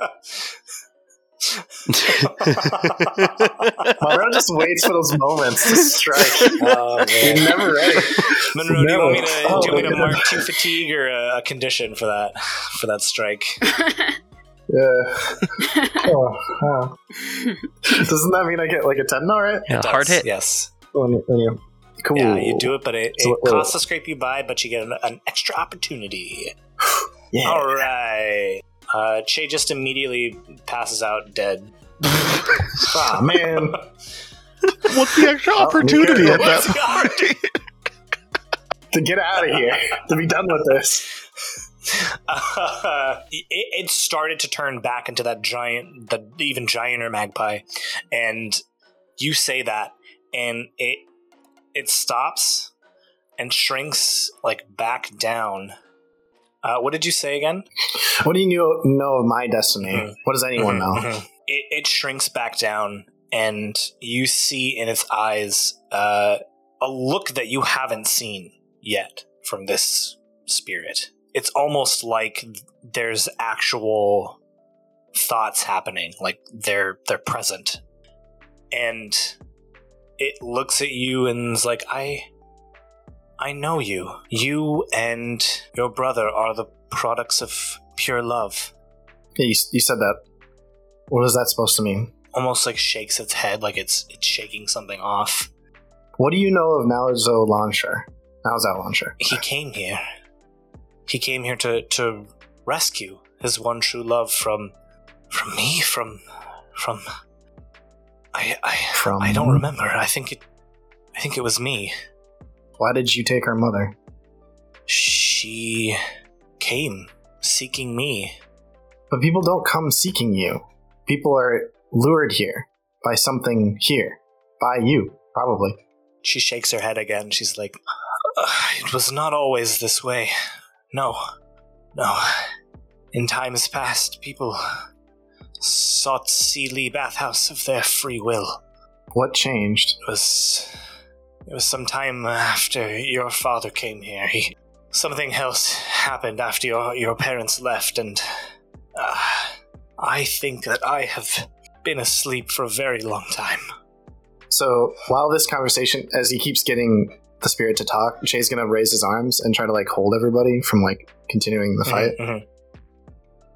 Speaker 3: Oh,
Speaker 5: Monroe just waits for those moments to strike.
Speaker 3: Oh,
Speaker 5: You're
Speaker 3: man.
Speaker 5: never ready.
Speaker 3: Monroe, do you want me to,
Speaker 5: No.
Speaker 3: do you want me to
Speaker 5: Oh,
Speaker 3: mark two fatigue or a, a condition for that for that strike?
Speaker 5: Yeah. Oh, huh. Doesn't that mean I get like a 10? All right. Oh,
Speaker 4: yeah, hard
Speaker 3: Does,
Speaker 4: hit.
Speaker 3: Yes.
Speaker 5: When you- when you- Cool.
Speaker 3: Yeah, you do it, but it,
Speaker 5: So
Speaker 3: it
Speaker 5: wait,
Speaker 3: costs to scrape you by, but you get an, an extra opportunity.
Speaker 5: Yeah.
Speaker 3: All right. Uh, Che just immediately passes out dead.
Speaker 5: Ah, man.
Speaker 8: What's the extra opportunity at that
Speaker 5: to get out of here, to be done with this.
Speaker 3: Uh, it, it started to turn back into that giant, the even gianter magpie, and you say that, and it it stops and shrinks like back down, uh, Uh, what did you say again?
Speaker 5: What do you know, know of my destiny?
Speaker 3: Mhm.
Speaker 5: What does anyone
Speaker 3: Mhm,
Speaker 5: know?
Speaker 3: mhm. It, it shrinks back down, and you see in its eyes uh, a look that you haven't seen yet from this spirit. It's almost like there's actual thoughts happening, like they're they're present, and it looks at you and is like, "I, I know you. You and your brother are the products of pure love."
Speaker 5: Yeah, you, you said that. What is that supposed to mean?
Speaker 3: almost like shakes its head like it's it's shaking something off.
Speaker 5: What do you know of Nalzo Launcher? Nalzo Launcher.
Speaker 3: He came here. He came here to to rescue his one true love from from me from from I I
Speaker 5: From-
Speaker 3: I don't remember. I think it I think it was me.
Speaker 5: Why did you take her mother?
Speaker 3: She came seeking me.
Speaker 5: But people don't come seeking you. People are lured here by something here. By you, probably.
Speaker 3: She shakes her head again. She's like, "Ugh, "It was not always this way. No, no. In times past, people sought Seeley Bathhouse of their free will.
Speaker 5: What changed?
Speaker 3: It was, it was some time after your father came here. He, something else happened after your your parents left, and uh, I think that I have been asleep for a very long time."
Speaker 5: So while this conversation, as he keeps getting the spirit to talk, Shay's gonna raise his arms and try to like hold everybody from like continuing the fight.
Speaker 3: Mhm, mhm.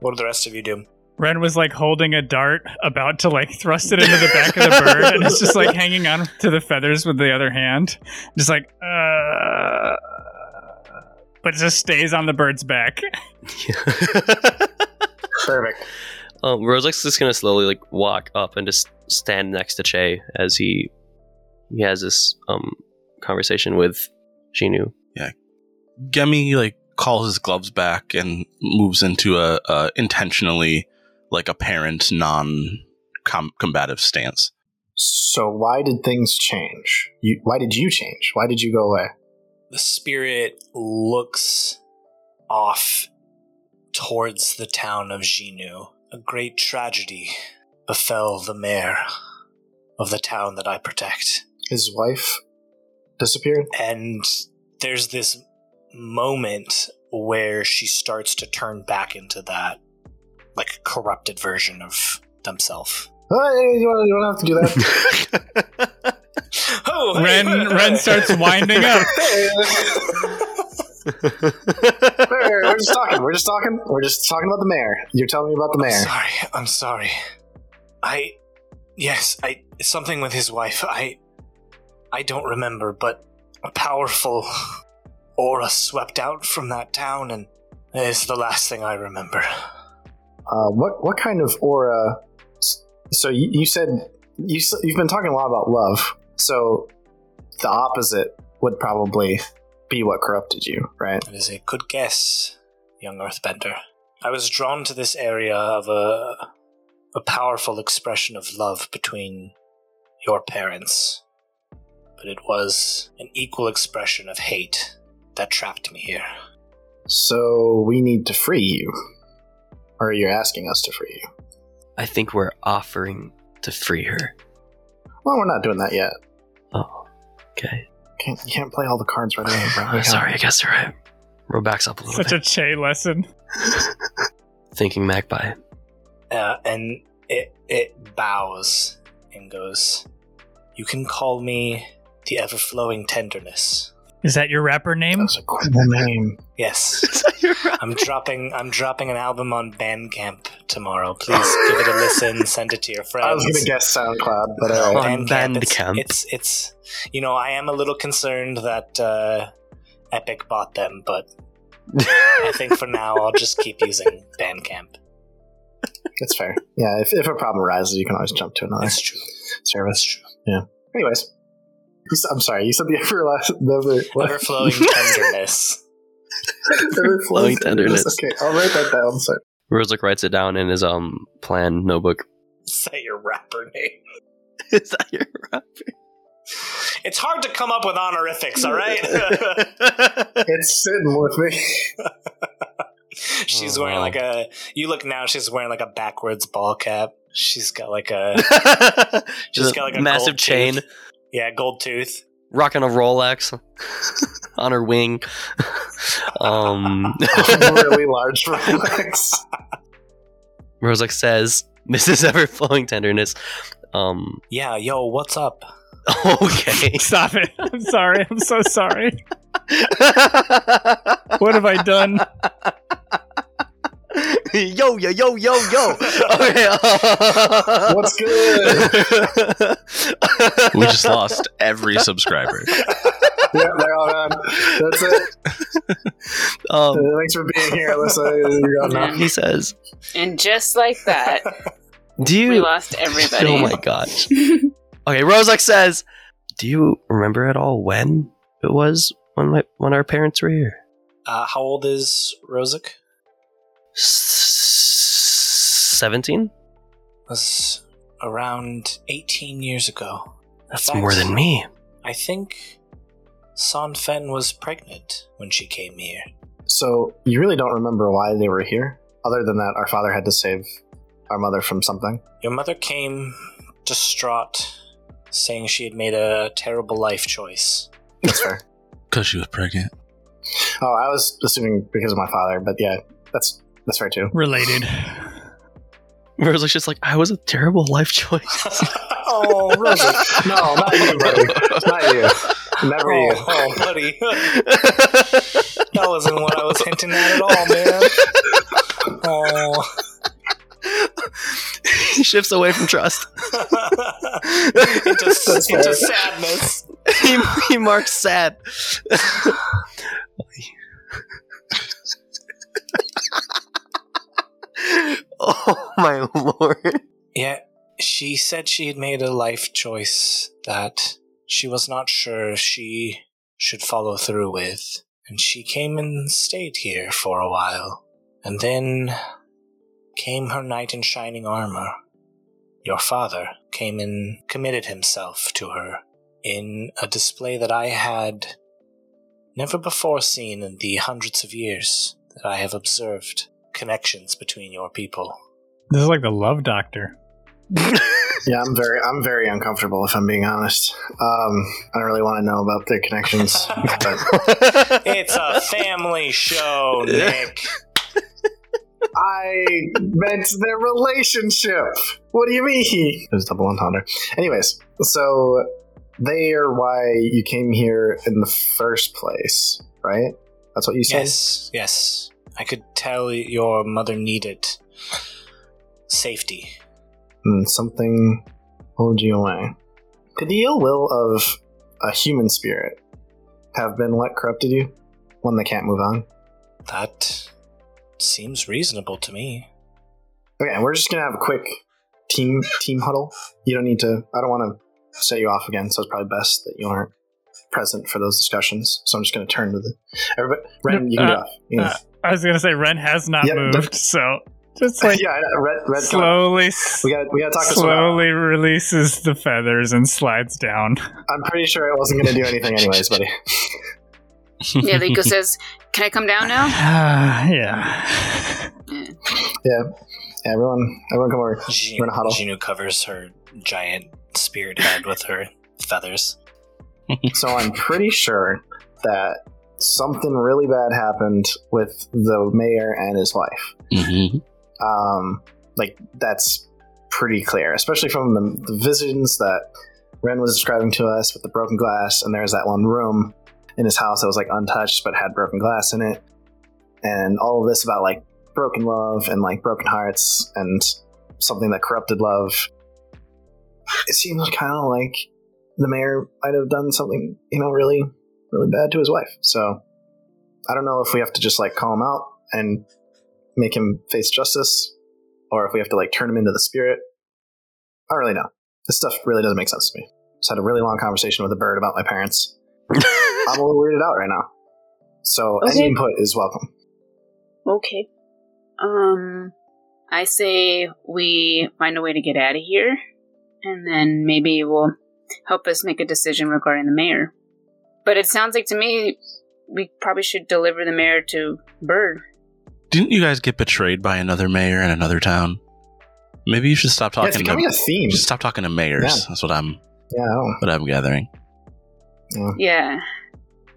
Speaker 3: What do the rest of you do?
Speaker 6: Ren was like holding a dart, about to like thrust it into the back of the bird, and it's just like hanging on to the feathers with the other hand, just like, uh, but it just stays on the bird's back.
Speaker 5: Perfect.
Speaker 4: um, Rosek's just gonna slowly like walk up and just stand next to Che as he he has this um conversation with Shinu.
Speaker 8: Gemi like calls his gloves back and moves into a, a intentionally like apparent non combative stance.
Speaker 5: So why did things change? You, why did you change? Why did you go away?
Speaker 3: the spirit looks off towards the town of Jinu. A great tragedy befell the mayor of the town that I protect.
Speaker 5: His wife disappeared.
Speaker 3: And there's this moment where she starts to turn back into that like corrupted version of themself.
Speaker 5: Oh, you, don't, you don't have to do that.
Speaker 3: Oh,
Speaker 6: Ren, Ren starts winding up.
Speaker 4: Oh
Speaker 5: We're we're just talking. We're just talking. We're just talking about the mayor. You're telling me about the
Speaker 3: I'm
Speaker 5: mayor.
Speaker 3: sorry. I'm sorry. I yes, I something with his wife. I I don't remember, but a powerful aura swept out from that town and it's the last thing I remember.
Speaker 5: Uh, what what kind of aura? So you, you said you s- you've been talking a lot about love. So the opposite would probably be what corrupted you, right?
Speaker 3: It is a good guess, young earthbender. I was drawn to this area of a a powerful expression of love between your parents. But it was an equal expression of hate that trapped me here.
Speaker 5: So we need to free you, or you're asking us to free you.
Speaker 4: I think we're offering to free her.
Speaker 5: Well, we're not doing that yet.
Speaker 4: Oh, okay.
Speaker 5: Can't, you can't play all the cards right away, bro.
Speaker 4: I'm sorry. I guess you're right. Robacks up a little
Speaker 6: Such
Speaker 4: bit.
Speaker 6: a Che lesson.
Speaker 4: Thinking magpie.
Speaker 3: uh, and it it bows and goes, "You can call me the ever-flowing tenderness."
Speaker 6: Is that your rapper name?
Speaker 5: That's a cool name.
Speaker 3: Yes, I'm dropping I'm dropping an album on Bandcamp tomorrow. Please give it a listen. Send it to your friends.
Speaker 5: I was gonna guess SoundCloud, but all right.
Speaker 4: On
Speaker 3: it's-
Speaker 4: Bandcamp.
Speaker 3: It's, it's you know I am a little concerned that uh, Epic bought them, but I think for now I'll just keep using Bandcamp.
Speaker 5: that's fair. Yeah, if, if a problem arises, you can always jump to another
Speaker 3: That's true. That's
Speaker 5: service.
Speaker 3: true.
Speaker 5: Anyways, You s- I'm sorry. You said the ever the ever,
Speaker 3: ever flowing tenderness.
Speaker 5: Ever-flowing
Speaker 4: tenderness.
Speaker 5: Okay, I'll write that down. Sorry.
Speaker 4: Rosic writes it down in his um plan notebook.
Speaker 3: Is that your rapper name?
Speaker 4: Is that your uh,
Speaker 3: It's hard to come up with honorifics, all right?
Speaker 5: It's sitting with me.
Speaker 3: she's
Speaker 4: Uh-huh.
Speaker 3: wearing like a. You look now. She's wearing like a backwards ball cap. She's got like a.
Speaker 4: just
Speaker 3: got, like, a
Speaker 4: massive
Speaker 3: gold
Speaker 4: chain,
Speaker 3: tooth. Yeah, gold tooth.
Speaker 4: rocking a Rolex on her wing. um,
Speaker 5: really large Rolex.
Speaker 4: Rozak says, "This is ever-flowing tenderness." Um,
Speaker 3: Yeah, yo, what's up?
Speaker 4: okay.
Speaker 6: Stop it. I'm sorry. I'm so sorry. What have I done?
Speaker 4: yo, yo, yo, yo, yo. Okay.
Speaker 5: What's good?
Speaker 8: we just lost every subscriber.
Speaker 5: yeah, they're all gone. That's it. Uh,
Speaker 4: um,
Speaker 5: Thanks for being here, Alyssa. You're gone now.
Speaker 4: he says,
Speaker 7: And just like that,
Speaker 4: "Do you?"
Speaker 7: we lost everybody.
Speaker 4: Oh my gosh. okay, Rozak says, "Do you remember at all when it was when my when our parents were here?"
Speaker 3: Uh, how old is Rosic?
Speaker 4: Seventeen.
Speaker 3: Was around 18 years ago.
Speaker 4: That's more than me.
Speaker 3: I think San Fen was pregnant when she came here.
Speaker 5: So you really don't remember why they were here, other than that our father had to save our mother from something.
Speaker 3: Your mother came distraught, saying she had made a terrible life choice.
Speaker 5: That's fair.
Speaker 8: Because she was pregnant.
Speaker 5: oh, I was assuming because of my father, but yeah, that's that's fair too.
Speaker 6: Related.
Speaker 4: Rozak's just like, "I was a terrible life choice."
Speaker 5: Oh, Rosie. no, not you, buddy. Not you. Never you.
Speaker 3: Oh, oh, buddy. that wasn't what I was hinting at at all, man. Oh.
Speaker 4: he shifts away from trust.
Speaker 3: Oh. into, into sadness.
Speaker 4: he, he marks sad. oh my lord.
Speaker 3: Yeah, she said she had made a life choice that she was not sure she should follow through with, and she came and stayed here for a while. And then came her knight in shining armor. Your father came and committed himself to her in a display that I had never before seen in the hundreds of years that I have observed connections between your people.
Speaker 6: This is like the love doctor.
Speaker 5: Yeah, I'm very I'm very uncomfortable if I'm being honest. Um, I don't really want to know about their connections. but
Speaker 3: It's uh, a family show, Nick.
Speaker 5: I meant their relationship. What do you mean? It was double entendre. Anyways, so they are why you came here in the first place, right? That's what you said.
Speaker 3: Yes, yes. I could tell your mother needed safety.
Speaker 5: And Hmm, something pulled you away. Could the ill will of a human spirit have been what corrupted you? One that can't move on.
Speaker 3: That seems reasonable to me.
Speaker 5: Okay, we're just gonna have a quick team team huddle. You don't need to. I don't want to set you off again, so it's probably best that you aren't present for those discussions. So I'm just gonna turn to the everybody. Ren, you can go.
Speaker 6: Uh,
Speaker 5: off. You can-
Speaker 6: uh, I was gonna say Ren has not
Speaker 5: Yeah,
Speaker 6: moved, so just like
Speaker 5: yeah, I know, red, red. come on.
Speaker 6: slowly, s-
Speaker 5: We got we got to talk this one out.
Speaker 6: slowly releases the feathers and slides down.
Speaker 5: I'm pretty sure I wasn't gonna do anything anyways, buddy.
Speaker 7: yeah, Liko says, "Can I come down now?"
Speaker 6: yeah.
Speaker 5: Yeah, yeah. Everyone, everyone, come over.
Speaker 3: Jinu,
Speaker 5: We're in a huddle.
Speaker 3: Jinu covers her giant spirit head with her feathers.
Speaker 5: So I'm pretty sure that something really bad happened with the mayor and his wife.
Speaker 8: Mm-hmm.
Speaker 5: um, like that's pretty clear, especially from the, the visions that Ren was describing to us with the broken glass. And there's that one room in his house that was like untouched but had broken glass in it, and all of this about like broken love and like broken hearts and something that corrupted love. It seems kind of like the mayor might have done something, you know, really, really bad to his wife. So I don't know if we have to just like call him out and make him face justice, or if we have to like turn him into the spirit. I don't really know. This stuff really doesn't make sense to me. Just had a really long conversation with a bird about my parents. I'm a little weirded out right now. So
Speaker 7: Okay.
Speaker 5: any input is welcome.
Speaker 7: Okay. Um, I say we find a way to get out of here, and then maybe it will help us make a decision regarding the mayor. But it sounds like to me we probably should deliver the mayor to Bird.
Speaker 8: Didn't you guys get betrayed by another mayor in another town? Maybe you should stop
Speaker 5: Yeah,
Speaker 8: talking
Speaker 5: it's
Speaker 8: to
Speaker 5: becoming a theme.
Speaker 8: should stop talking to mayors.
Speaker 5: Yeah.
Speaker 8: That's what I'm
Speaker 5: Yeah, oh. I don't-
Speaker 8: what I'm gathering.
Speaker 7: Yeah.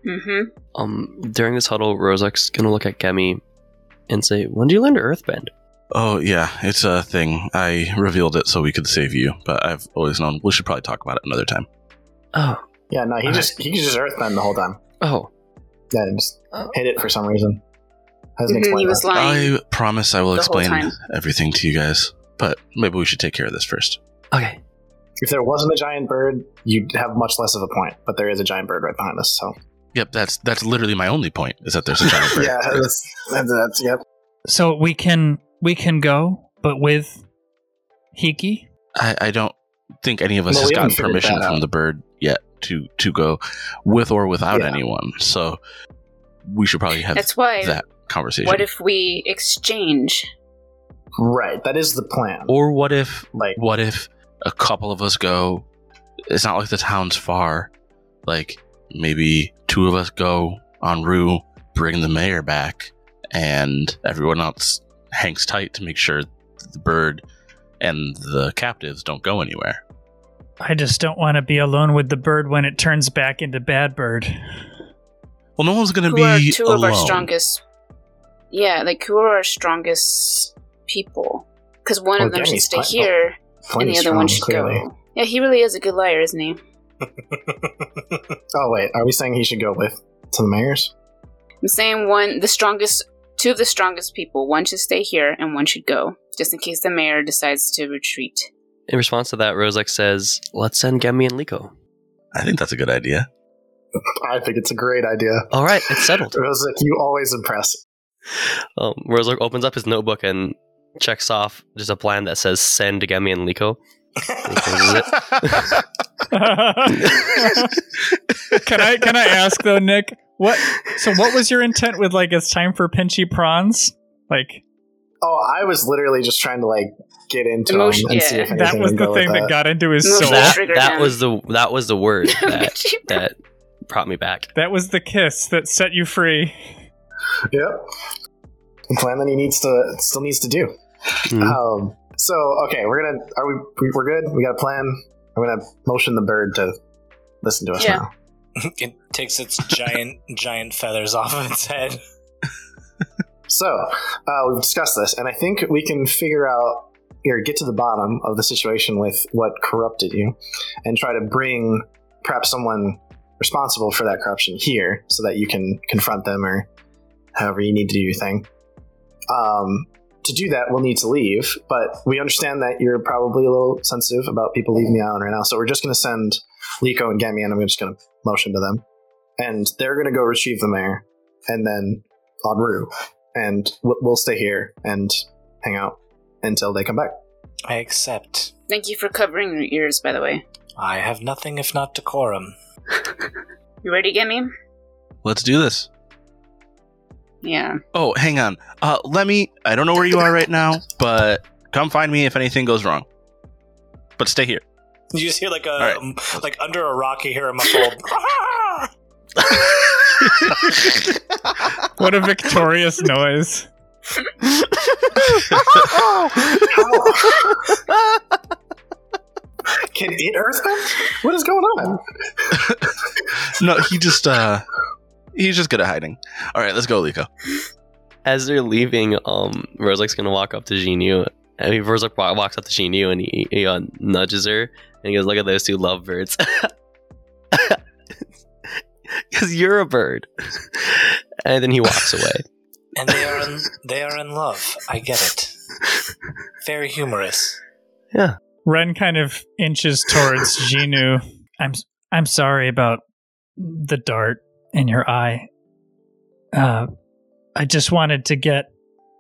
Speaker 7: Mm-hmm.
Speaker 4: Um, during this huddle, Rozak's gonna look at Gemi and say, "When do you learn to Earthbend?"
Speaker 8: Oh yeah, it's a thing. I revealed it so we could save you, but I've always known we should probably talk about it another time.
Speaker 4: Oh,
Speaker 5: yeah. No, he just he just earthbend the whole time.
Speaker 4: oh,
Speaker 5: Yeah, he just
Speaker 4: Oh.
Speaker 5: hit it for some reason. Hasn't
Speaker 7: Mhm, he
Speaker 5: explained.
Speaker 7: was
Speaker 5: that.
Speaker 7: lying.
Speaker 8: I promise I will
Speaker 7: the whole
Speaker 8: explain
Speaker 7: time.
Speaker 8: everything to you guys, but maybe we should take care of this first.
Speaker 4: okay.
Speaker 5: If there wasn't a giant bird, you'd have much less of a point. But there is a giant bird right behind us, so
Speaker 8: Yep, that's that's literally my only point is that there's a giant bird.
Speaker 5: yeah, that's, that's, that's yep.
Speaker 6: So we can we can go, but with Hiki.
Speaker 8: I, I don't think any of us
Speaker 5: Well,
Speaker 8: has
Speaker 5: we haven't
Speaker 8: gotten
Speaker 5: figured
Speaker 8: permission
Speaker 5: that
Speaker 8: from
Speaker 5: out.
Speaker 8: the bird yet to to go with or without
Speaker 5: Yeah.
Speaker 8: anyone. So we should probably have
Speaker 7: That's why.
Speaker 8: that conversation.
Speaker 7: What if we exchange?
Speaker 5: Right, that is the plan.
Speaker 8: or what if
Speaker 5: like,
Speaker 8: what if a couple of us go? It's not like the town's far. Like maybe two of us go on Rue, bring the mayor back, and everyone else hangs tight to make sure the bird and the captives don't go anywhere.
Speaker 6: I just don't want to be alone with the bird when it turns back into bad bird.
Speaker 8: Well, no one's gonna
Speaker 7: Who
Speaker 8: be
Speaker 7: are two
Speaker 8: alone.
Speaker 7: of our strongest? Yeah, like who are our strongest people? Because one
Speaker 5: Well,
Speaker 7: of them should
Speaker 5: Demi's
Speaker 7: stay
Speaker 5: Oh, fine.
Speaker 7: here, and the
Speaker 5: Flame's
Speaker 7: other
Speaker 5: strong,
Speaker 7: one should
Speaker 5: clearly.
Speaker 7: go. Yeah, he really is a good liar, isn't he?
Speaker 5: Oh wait, are we saying he should go with to the mayor's?
Speaker 7: I'm saying one, the strongest, two of the strongest people. One should stay here, and one should go, just in case the mayor decides to retreat.
Speaker 4: In response to that, Rozak says, "Let's send Gemi and Liko."
Speaker 8: I think that's a good idea.
Speaker 5: I think it's a great idea.
Speaker 4: All right, it's settled.
Speaker 5: Rosic, you always impress.
Speaker 4: Um, Rozak opens up his notebook and checks off just a plan that says "Send Gemi and Liko." He closes it.
Speaker 6: can I can I ask though, Nick? What so what was your intent with like it's time for pinchy prawns? Like
Speaker 5: Oh, I was literally just trying to like get into
Speaker 7: Emotion-
Speaker 5: him and see
Speaker 7: yeah.
Speaker 5: if anything
Speaker 6: that was
Speaker 5: would
Speaker 6: the
Speaker 5: go
Speaker 6: thing
Speaker 5: with
Speaker 6: that got into his
Speaker 7: Emotion-
Speaker 6: soul.
Speaker 7: That-
Speaker 4: that
Speaker 7: triggered
Speaker 4: that
Speaker 7: him.
Speaker 4: was the that was the word that
Speaker 7: Pinchy prawn.
Speaker 4: that brought me back.
Speaker 6: That was the kiss that set you free.
Speaker 5: Yep. The plan that he needs to still needs to do.
Speaker 4: Mhm.
Speaker 5: Um, so okay, we're gonna are we we- we're good? We got a plan. I'm gonna motion the bird to listen to us
Speaker 7: Yeah.
Speaker 5: now.
Speaker 3: it takes its giant, giant feathers off of its head.
Speaker 5: So uh, we've discussed this, and I think we can figure out or get to the bottom of the situation with what corrupted you, and try to bring perhaps someone responsible for that corruption here, so that you can confront them or however you need to do your thing. Um, to do that, we'll need to leave, but we understand that you're probably a little sensitive about people leaving the island right now, so we're just going to send Liko and Gemi, and I'm just going to motion to them, and they're going to go retrieve the mayor, and then on route and we'll, we'll stay here and hang out until they come back.
Speaker 3: I accept.
Speaker 7: Thank you for covering your ears, by the way.
Speaker 3: I have nothing if not decorum.
Speaker 7: You ready, Gimme?
Speaker 8: Let's do this.
Speaker 7: Yeah.
Speaker 8: Oh, hang on. Uh, Lemmy, I don't know where you are right now, but come find me if anything goes wrong. But stay here.
Speaker 3: You just hear like a,
Speaker 8: right.
Speaker 3: um, like under a rock, you hear a muffled.
Speaker 6: What a victorious noise.
Speaker 5: Can it earthbend? What is going on?
Speaker 8: no, he just uh he's just good at hiding. All right, let's go, Liko.
Speaker 4: As they're leaving, um, Rozak's gonna walk up to Jinyu. I mean, Rozak wa- walks up to Jinyu and he, he uh, nudges her and he goes, "Look at those two lovebirds." Because you're a bird, and then he walks away.
Speaker 3: and they are in, they are in love. I get it. Very humorous.
Speaker 6: Ren kind of inches towards Jinu. I'm I'm sorry about the dart in your eye. Uh, I just wanted to get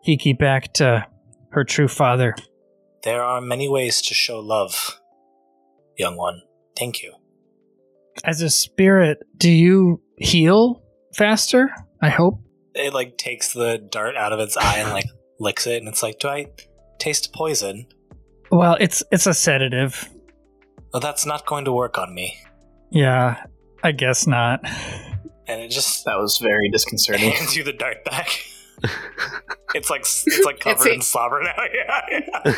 Speaker 6: Hiki back to her true father.
Speaker 3: There are many ways to show love, young one. Thank you.
Speaker 6: As a spirit, do you heal faster? I hope.
Speaker 3: It like takes the dart out of its eye and like licks it, and it's like, do I taste poison?
Speaker 6: Well, it's it's a sedative.
Speaker 3: Well, "Oh, that's not going to work on me.
Speaker 6: Yeah, I guess not.
Speaker 3: And it just
Speaker 5: That was very disconcerting.
Speaker 3: hands you the dart back. It's like it's like covered
Speaker 7: It's a-
Speaker 3: in slobber now. Yeah.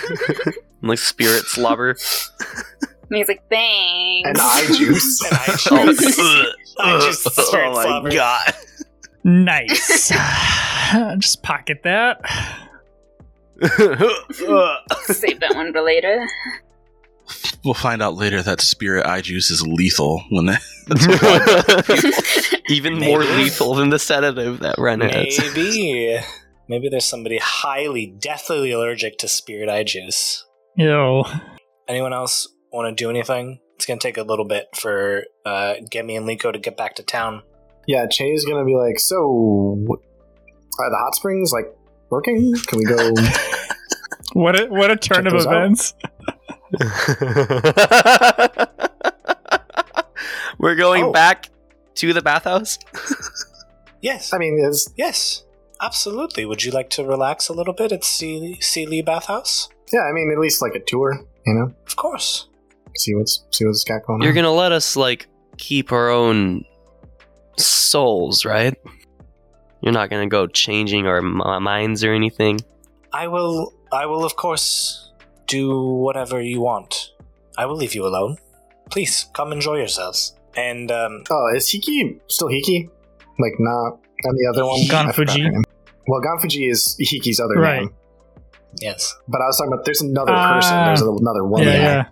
Speaker 4: like spirit slobber.
Speaker 7: And he's like, thanks.
Speaker 5: And eye juice.
Speaker 3: and I just,
Speaker 4: oh,
Speaker 3: I just
Speaker 4: oh
Speaker 3: straight
Speaker 4: my
Speaker 3: slobber.
Speaker 4: god.
Speaker 6: Nice. Just pocket that.
Speaker 5: uh.
Speaker 7: Save that one for later.
Speaker 8: We'll find out later that spirit eye juice is lethal when that.
Speaker 4: Even more
Speaker 3: Maybe.
Speaker 4: lethal than the sedative that Ren has.
Speaker 3: Maybe. Maybe there's somebody highly, deathly allergic to spirit eye juice.
Speaker 6: Ew.
Speaker 3: Anyone else want to do anything? It's going to take a little bit for uh, Gemi and Liko to get back to town.
Speaker 5: Yeah, Che is gonna be like, so are the hot springs like working? Can we go?
Speaker 6: What a what a turn
Speaker 5: Check
Speaker 6: of
Speaker 5: those out.
Speaker 6: events.
Speaker 4: We're going
Speaker 3: Oh.
Speaker 4: back to the bathhouse.
Speaker 3: Yes.
Speaker 5: I mean, is
Speaker 3: yes. Absolutely. Would you like to relax a little bit at Sea Sea Lee Bathhouse?
Speaker 5: yeah, I mean, at least like a tour, you know,
Speaker 3: Of course.
Speaker 5: see what's see what's got going
Speaker 3: Uh-huh.
Speaker 4: You're
Speaker 5: on.
Speaker 4: gonna let us like keep our own souls, right? You're not gonna go changing our m- uh, minds or anything.
Speaker 3: I will. I will, of course, do whatever you want. I will leave you alone. Please come enjoy yourselves. And um,
Speaker 5: oh, is Hiki still Hiki? Like not and the other one.
Speaker 6: Gon
Speaker 5: I forgot
Speaker 6: Fuji.
Speaker 5: her name. Well, Ganfuji is Hiki's other
Speaker 6: Right.
Speaker 5: name,
Speaker 3: yes,
Speaker 5: but I was talking about there's another person.
Speaker 6: Ah.
Speaker 5: There's another
Speaker 6: Yeah,
Speaker 5: woman.
Speaker 6: yeah.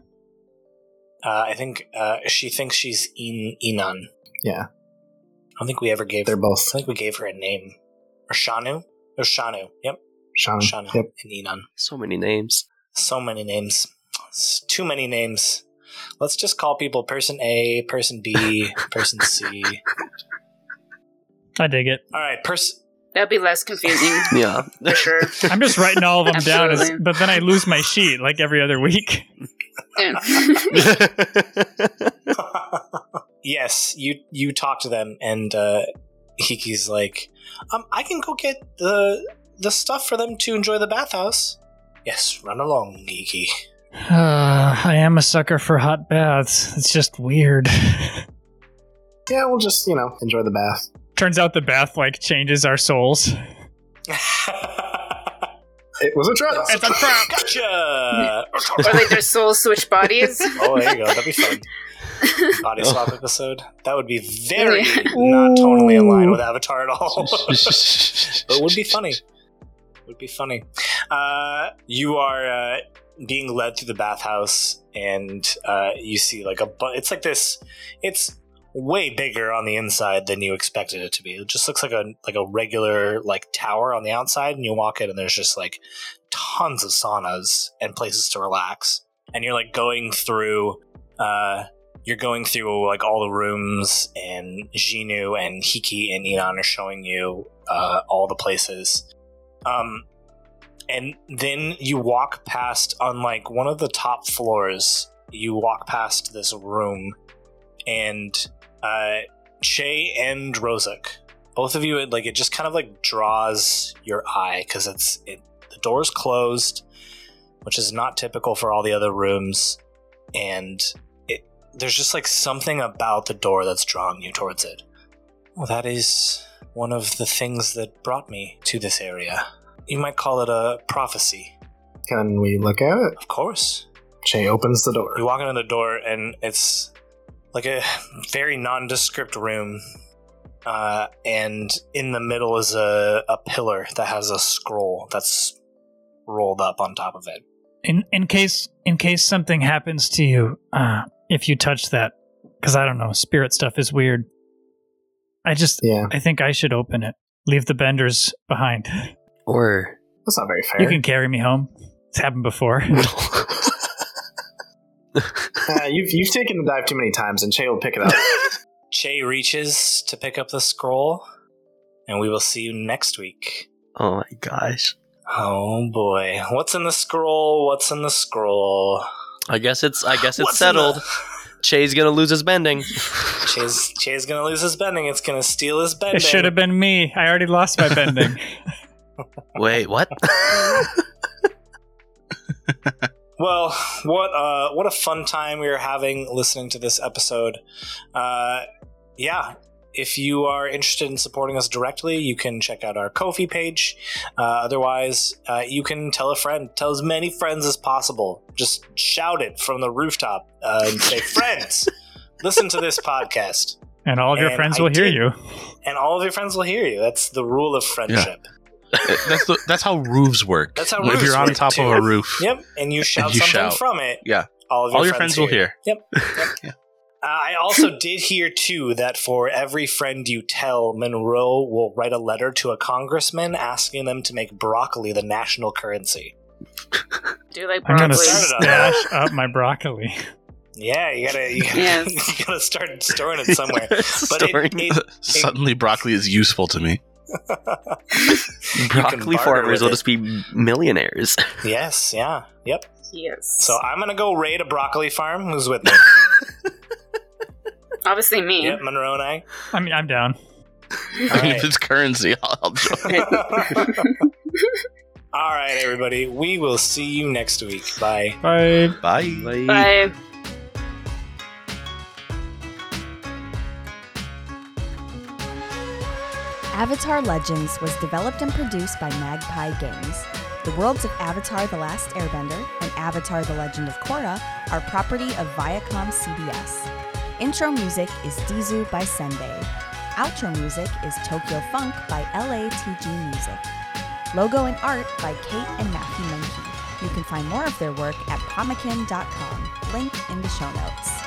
Speaker 3: uh, I think uh, she thinks she's in Inan.
Speaker 5: Yeah.
Speaker 3: I don't think we ever gave.
Speaker 5: They're
Speaker 3: her.
Speaker 5: both
Speaker 3: I think we gave her a name. Or Shanu. Or Shanu. Yep.
Speaker 5: Shaman.
Speaker 3: Shanu
Speaker 5: Yep.
Speaker 3: and Enon.
Speaker 4: So many names.
Speaker 3: So many names. It's too many names. Let's just call people person A, person B, person C.
Speaker 6: I dig it.
Speaker 3: All right, person.
Speaker 7: That'd be less confusing
Speaker 4: Yeah.
Speaker 7: for sure.
Speaker 6: I'm just writing all of them down, as,
Speaker 7: Absolutely.
Speaker 6: but then I lose my sheet like every other week.
Speaker 7: Yeah.
Speaker 3: yes, you you talk to them, and uh, Hiki's like, um, I can go get the the stuff for them to enjoy the bathhouse. Yes, run along, Hiki.
Speaker 6: Uh, I am a sucker for hot baths. It's just weird.
Speaker 5: Yeah, we'll just you know enjoy the bath.
Speaker 6: Turns out the bath like changes our souls.
Speaker 5: It was a trap.
Speaker 6: It's a trap.
Speaker 3: Gotcha!
Speaker 7: or like their souls switch bodies.
Speaker 3: oh, there you go. That'd be fun. Body swap episode. That would be very not totally in line with Avatar at all. but it would be funny. Would be funny. Uh, you are uh, being led through the bathhouse, and uh, you see like a. Bu- it's like this. It's way bigger on the inside than you expected it to be. It just looks like a like a regular like tower on the outside, and you walk in, and there's just like tons of saunas and places to relax. And you're like going through. Uh, you're going through like all the rooms and Jinu and Hiki and Inan are showing you uh, all the places. Um, and then you walk past on like one of the top floors, you walk past this room and uh, Che and Rozak, both of you, it, like it just kind of like draws your eye because it's it, the door's closed, which is not typical for all the other rooms. And there's just like something about the door that's drawing you towards it. Well, that is one of the things that brought me to this area. You might call it a prophecy.
Speaker 5: Can we look at it?
Speaker 3: Of course.
Speaker 5: Che opens the door.
Speaker 3: You walk into the door, and it's like a very nondescript room. Uh, and in the middle is a, a pillar that has a scroll that's rolled up on top of it.
Speaker 6: In in case in case something happens to you, uh, if you touch that, because I don't know, spirit stuff is weird. I just
Speaker 5: Yeah,
Speaker 6: I think I should open it. Leave the benders behind.
Speaker 4: or
Speaker 5: that's not very fair.
Speaker 6: You can carry me home. It's happened before.
Speaker 5: Uh, you've, you've taken the dive too many times, and Che will pick it up.
Speaker 3: Che reaches to pick up the scroll, and we will see you next week.
Speaker 4: oh my gosh.
Speaker 3: Oh boy. What's in the scroll? What's in the scroll?
Speaker 4: I guess it's I guess it's
Speaker 3: What's in
Speaker 4: settled.
Speaker 3: the-
Speaker 4: Che's gonna lose his bending.
Speaker 3: Che's, Che's gonna lose his bending. It's gonna steal his bending.
Speaker 6: It should have been me. I already lost my bending.
Speaker 4: Wait, what?
Speaker 3: Well, what uh, what a fun time we were having listening to this episode. Uh, yeah, If you are interested in supporting us directly, you can check out our Kofi page. Uh, otherwise, uh, you can tell a friend, tell as many friends as possible. Just shout it from the rooftop uh, and say, "Friends, listen to this podcast,"
Speaker 6: And all of your
Speaker 3: And
Speaker 6: friends
Speaker 3: I
Speaker 6: will hear
Speaker 3: did.
Speaker 6: you.
Speaker 3: and all of your friends will hear you. That's the rule of friendship.
Speaker 8: that's the, that's how roofs work.
Speaker 3: That's how
Speaker 8: if
Speaker 3: roofs
Speaker 8: you're on
Speaker 3: work,
Speaker 8: top of
Speaker 3: too.
Speaker 8: a roof,
Speaker 3: Yep, and you shout
Speaker 8: you
Speaker 3: something
Speaker 8: shout.
Speaker 3: from it.
Speaker 8: Yeah.
Speaker 3: all of your
Speaker 8: all your
Speaker 3: friends,
Speaker 8: friends will
Speaker 3: hear. you.
Speaker 8: hear.
Speaker 3: Uh, I also did hear too that for every friend you tell, Monroe will write a letter to a congressman asking them to make broccoli the national currency.
Speaker 7: Do you like
Speaker 6: I'm gonna
Speaker 7: broccoli?
Speaker 3: Started on
Speaker 6: stash up my broccoli.
Speaker 3: Yeah, you gotta you gotta,
Speaker 7: Yes.
Speaker 3: you gotta start storing it somewhere. But it,
Speaker 4: Storing
Speaker 3: it,
Speaker 8: Suddenly, broccoli is useful to me.
Speaker 4: broccoli
Speaker 3: barter with
Speaker 4: farmers will
Speaker 3: it.
Speaker 4: just be millionaires.
Speaker 3: yes, yeah, yep.
Speaker 7: Yes.
Speaker 3: So I'm gonna go raid a broccoli farm. Who's with me?
Speaker 7: obviously me.
Speaker 3: yep, Monroe and I.
Speaker 6: I mean, I'm down.
Speaker 8: I mean,
Speaker 3: right.
Speaker 8: if it's currency, I'll, I'll join.
Speaker 3: All right, everybody. We will see you next week. Bye.
Speaker 6: Bye.
Speaker 8: Bye.
Speaker 7: Bye.
Speaker 1: Avatar Legends was developed and produced by Magpie Games. The worlds of Avatar The Last Airbender and Avatar The Legend of Korra are property of Viacom CBS. Intro music is Dizu by Sendai. Outro music is Tokyo Funk by LATG Music. Logo and art by Kate and Matthew Menke. You can find more of their work at pomakin.com, link in the show notes.